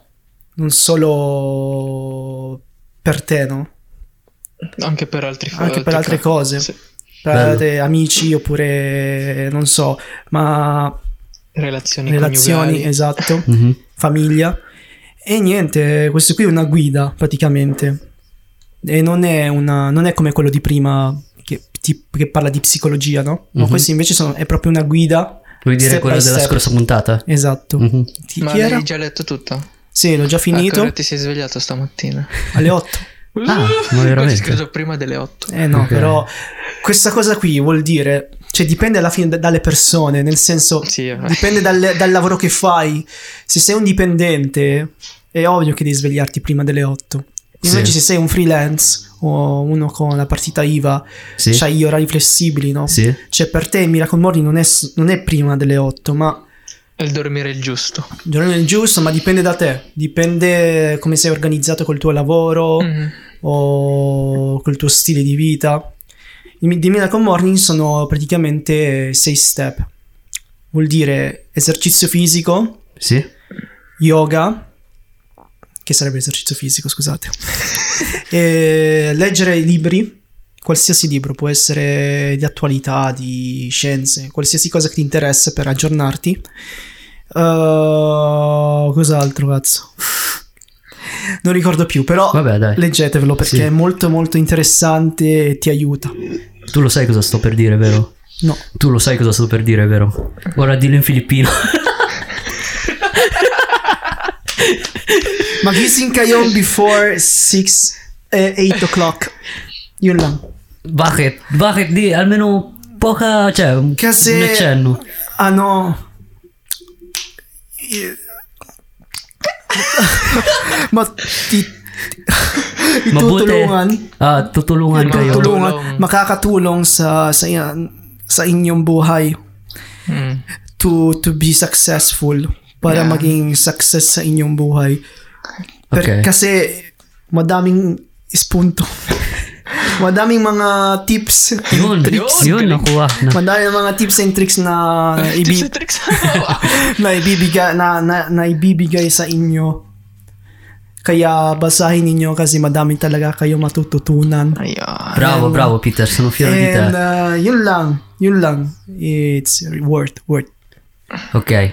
Non solo per te, no? Anche per altri Anche per altre ca- cose. sì. Per Bello. altri amici oppure, non so, ma Relazioni, relazioni, coniugali. esatto Mhm. famiglia. E niente, questo qui è una guida praticamente. E non è, una, non è come quello di prima che, ti- che parla di psicologia, no? Ma Mhm. questo invece sono- è proprio una guida. Vuoi dire Step quello by della step. scorsa puntata? Esatto. Mhm. Chi, Ma chi era? l'hai già Ah, letto tutto? A Sì, l'ho già che finito Ah, ora ti sei svegliato stamattina? Uhuh. alle 8. ma Poi veramente? Ho scritto prima delle 8. Eh no, Ok. però questa cosa qui vuol dire, cioè dipende alla fine da- dalle persone, nel senso Sì, eh. dipende dal, dal lavoro che fai. Se sei un dipendente è ovvio che devi svegliarti prima delle 8. Sì. Invece se sei un freelance o uno con la partita IVA Sì. c'ha gli orari flessibili, no? Sì. Cioè per te Miracle Morning non è, s- non è prima delle 8, ma È il dormire il giusto. il giorno del giusto, ma dipende da te, dipende come sei organizzato col tuo lavoro Mhm. o col tuo stile di vita. I mi- Di Miracle Morning sono praticamente 6 step. Vuol dire esercizio fisico, Sì. yoga, che sarebbe esercizio fisico, scusate, e leggere libri, qualsiasi libro, può essere di attualità, di scienze, qualsiasi cosa che ti interessa per aggiornarti. Uh, cos'altro, cazzo? Non ricordo più, però Vabbè, dai. leggetevelo perché Sì. è molto molto interessante e ti aiuta. Tu lo sai cosa sto per dire, vero? No. Tu lo sai cosa sto per dire, vero? Ora dillo in filippino. Ma kissing Kayon before 6 8 o'clock. Yun lang. Bucket, bucket di almeno poca, cioè un Case- un accenno. Ah no. Ma ti... Itutulungan. boh, Ah, tutulungan kayo. Tutulungan. Tutulungan. Makakatulong sa, sa, sa inyong buhay Mm. to, to be successful. Para Yeah. maging success sa inyong buhay. Per, Okay. Kasi madaming ispunto. madaming mga tips. Yun, Trips. yun, Galing. nakuha. Na. Madaming mga tips and tricks na Tips ibi- and tricks. na ibibigay na, na, na ibibigay sa inyo. Kaya basahin ninyo kasi madami talaga kayo matututunan. Aia. Bravo, bravo Peter, sono fiero di And te. uh, yun lang, yun lang. It's worth, worth. Ok,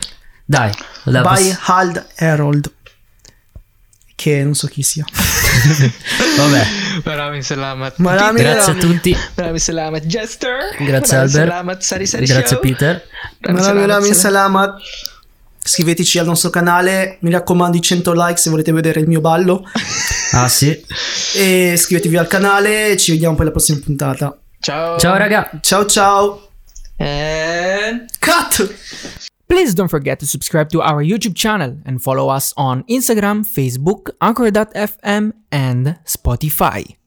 dai. la By poss- Hald Herold. Che non so chi sia. Vabbè, Maraming salamat. Maraming grazie a tutti, Maraming salamat, Jester. grazie Maraming Albert, Salamat, Sari Sari grazie Show. Peter. Maraming maraming salamat. Iscriveteci al nostro canale, mi raccomando i 100 like se volete vedere il mio ballo. Eh, Ah sì, E iscrivetevi al canale, ci vediamo poi alla prossima puntata. Ciao. ciao raga. Ciao ciao! And... Cut! Please don't forget to subscribe to our YouTube channel and follow us on Instagram, Facebook, Anchor.fm, and Spotify.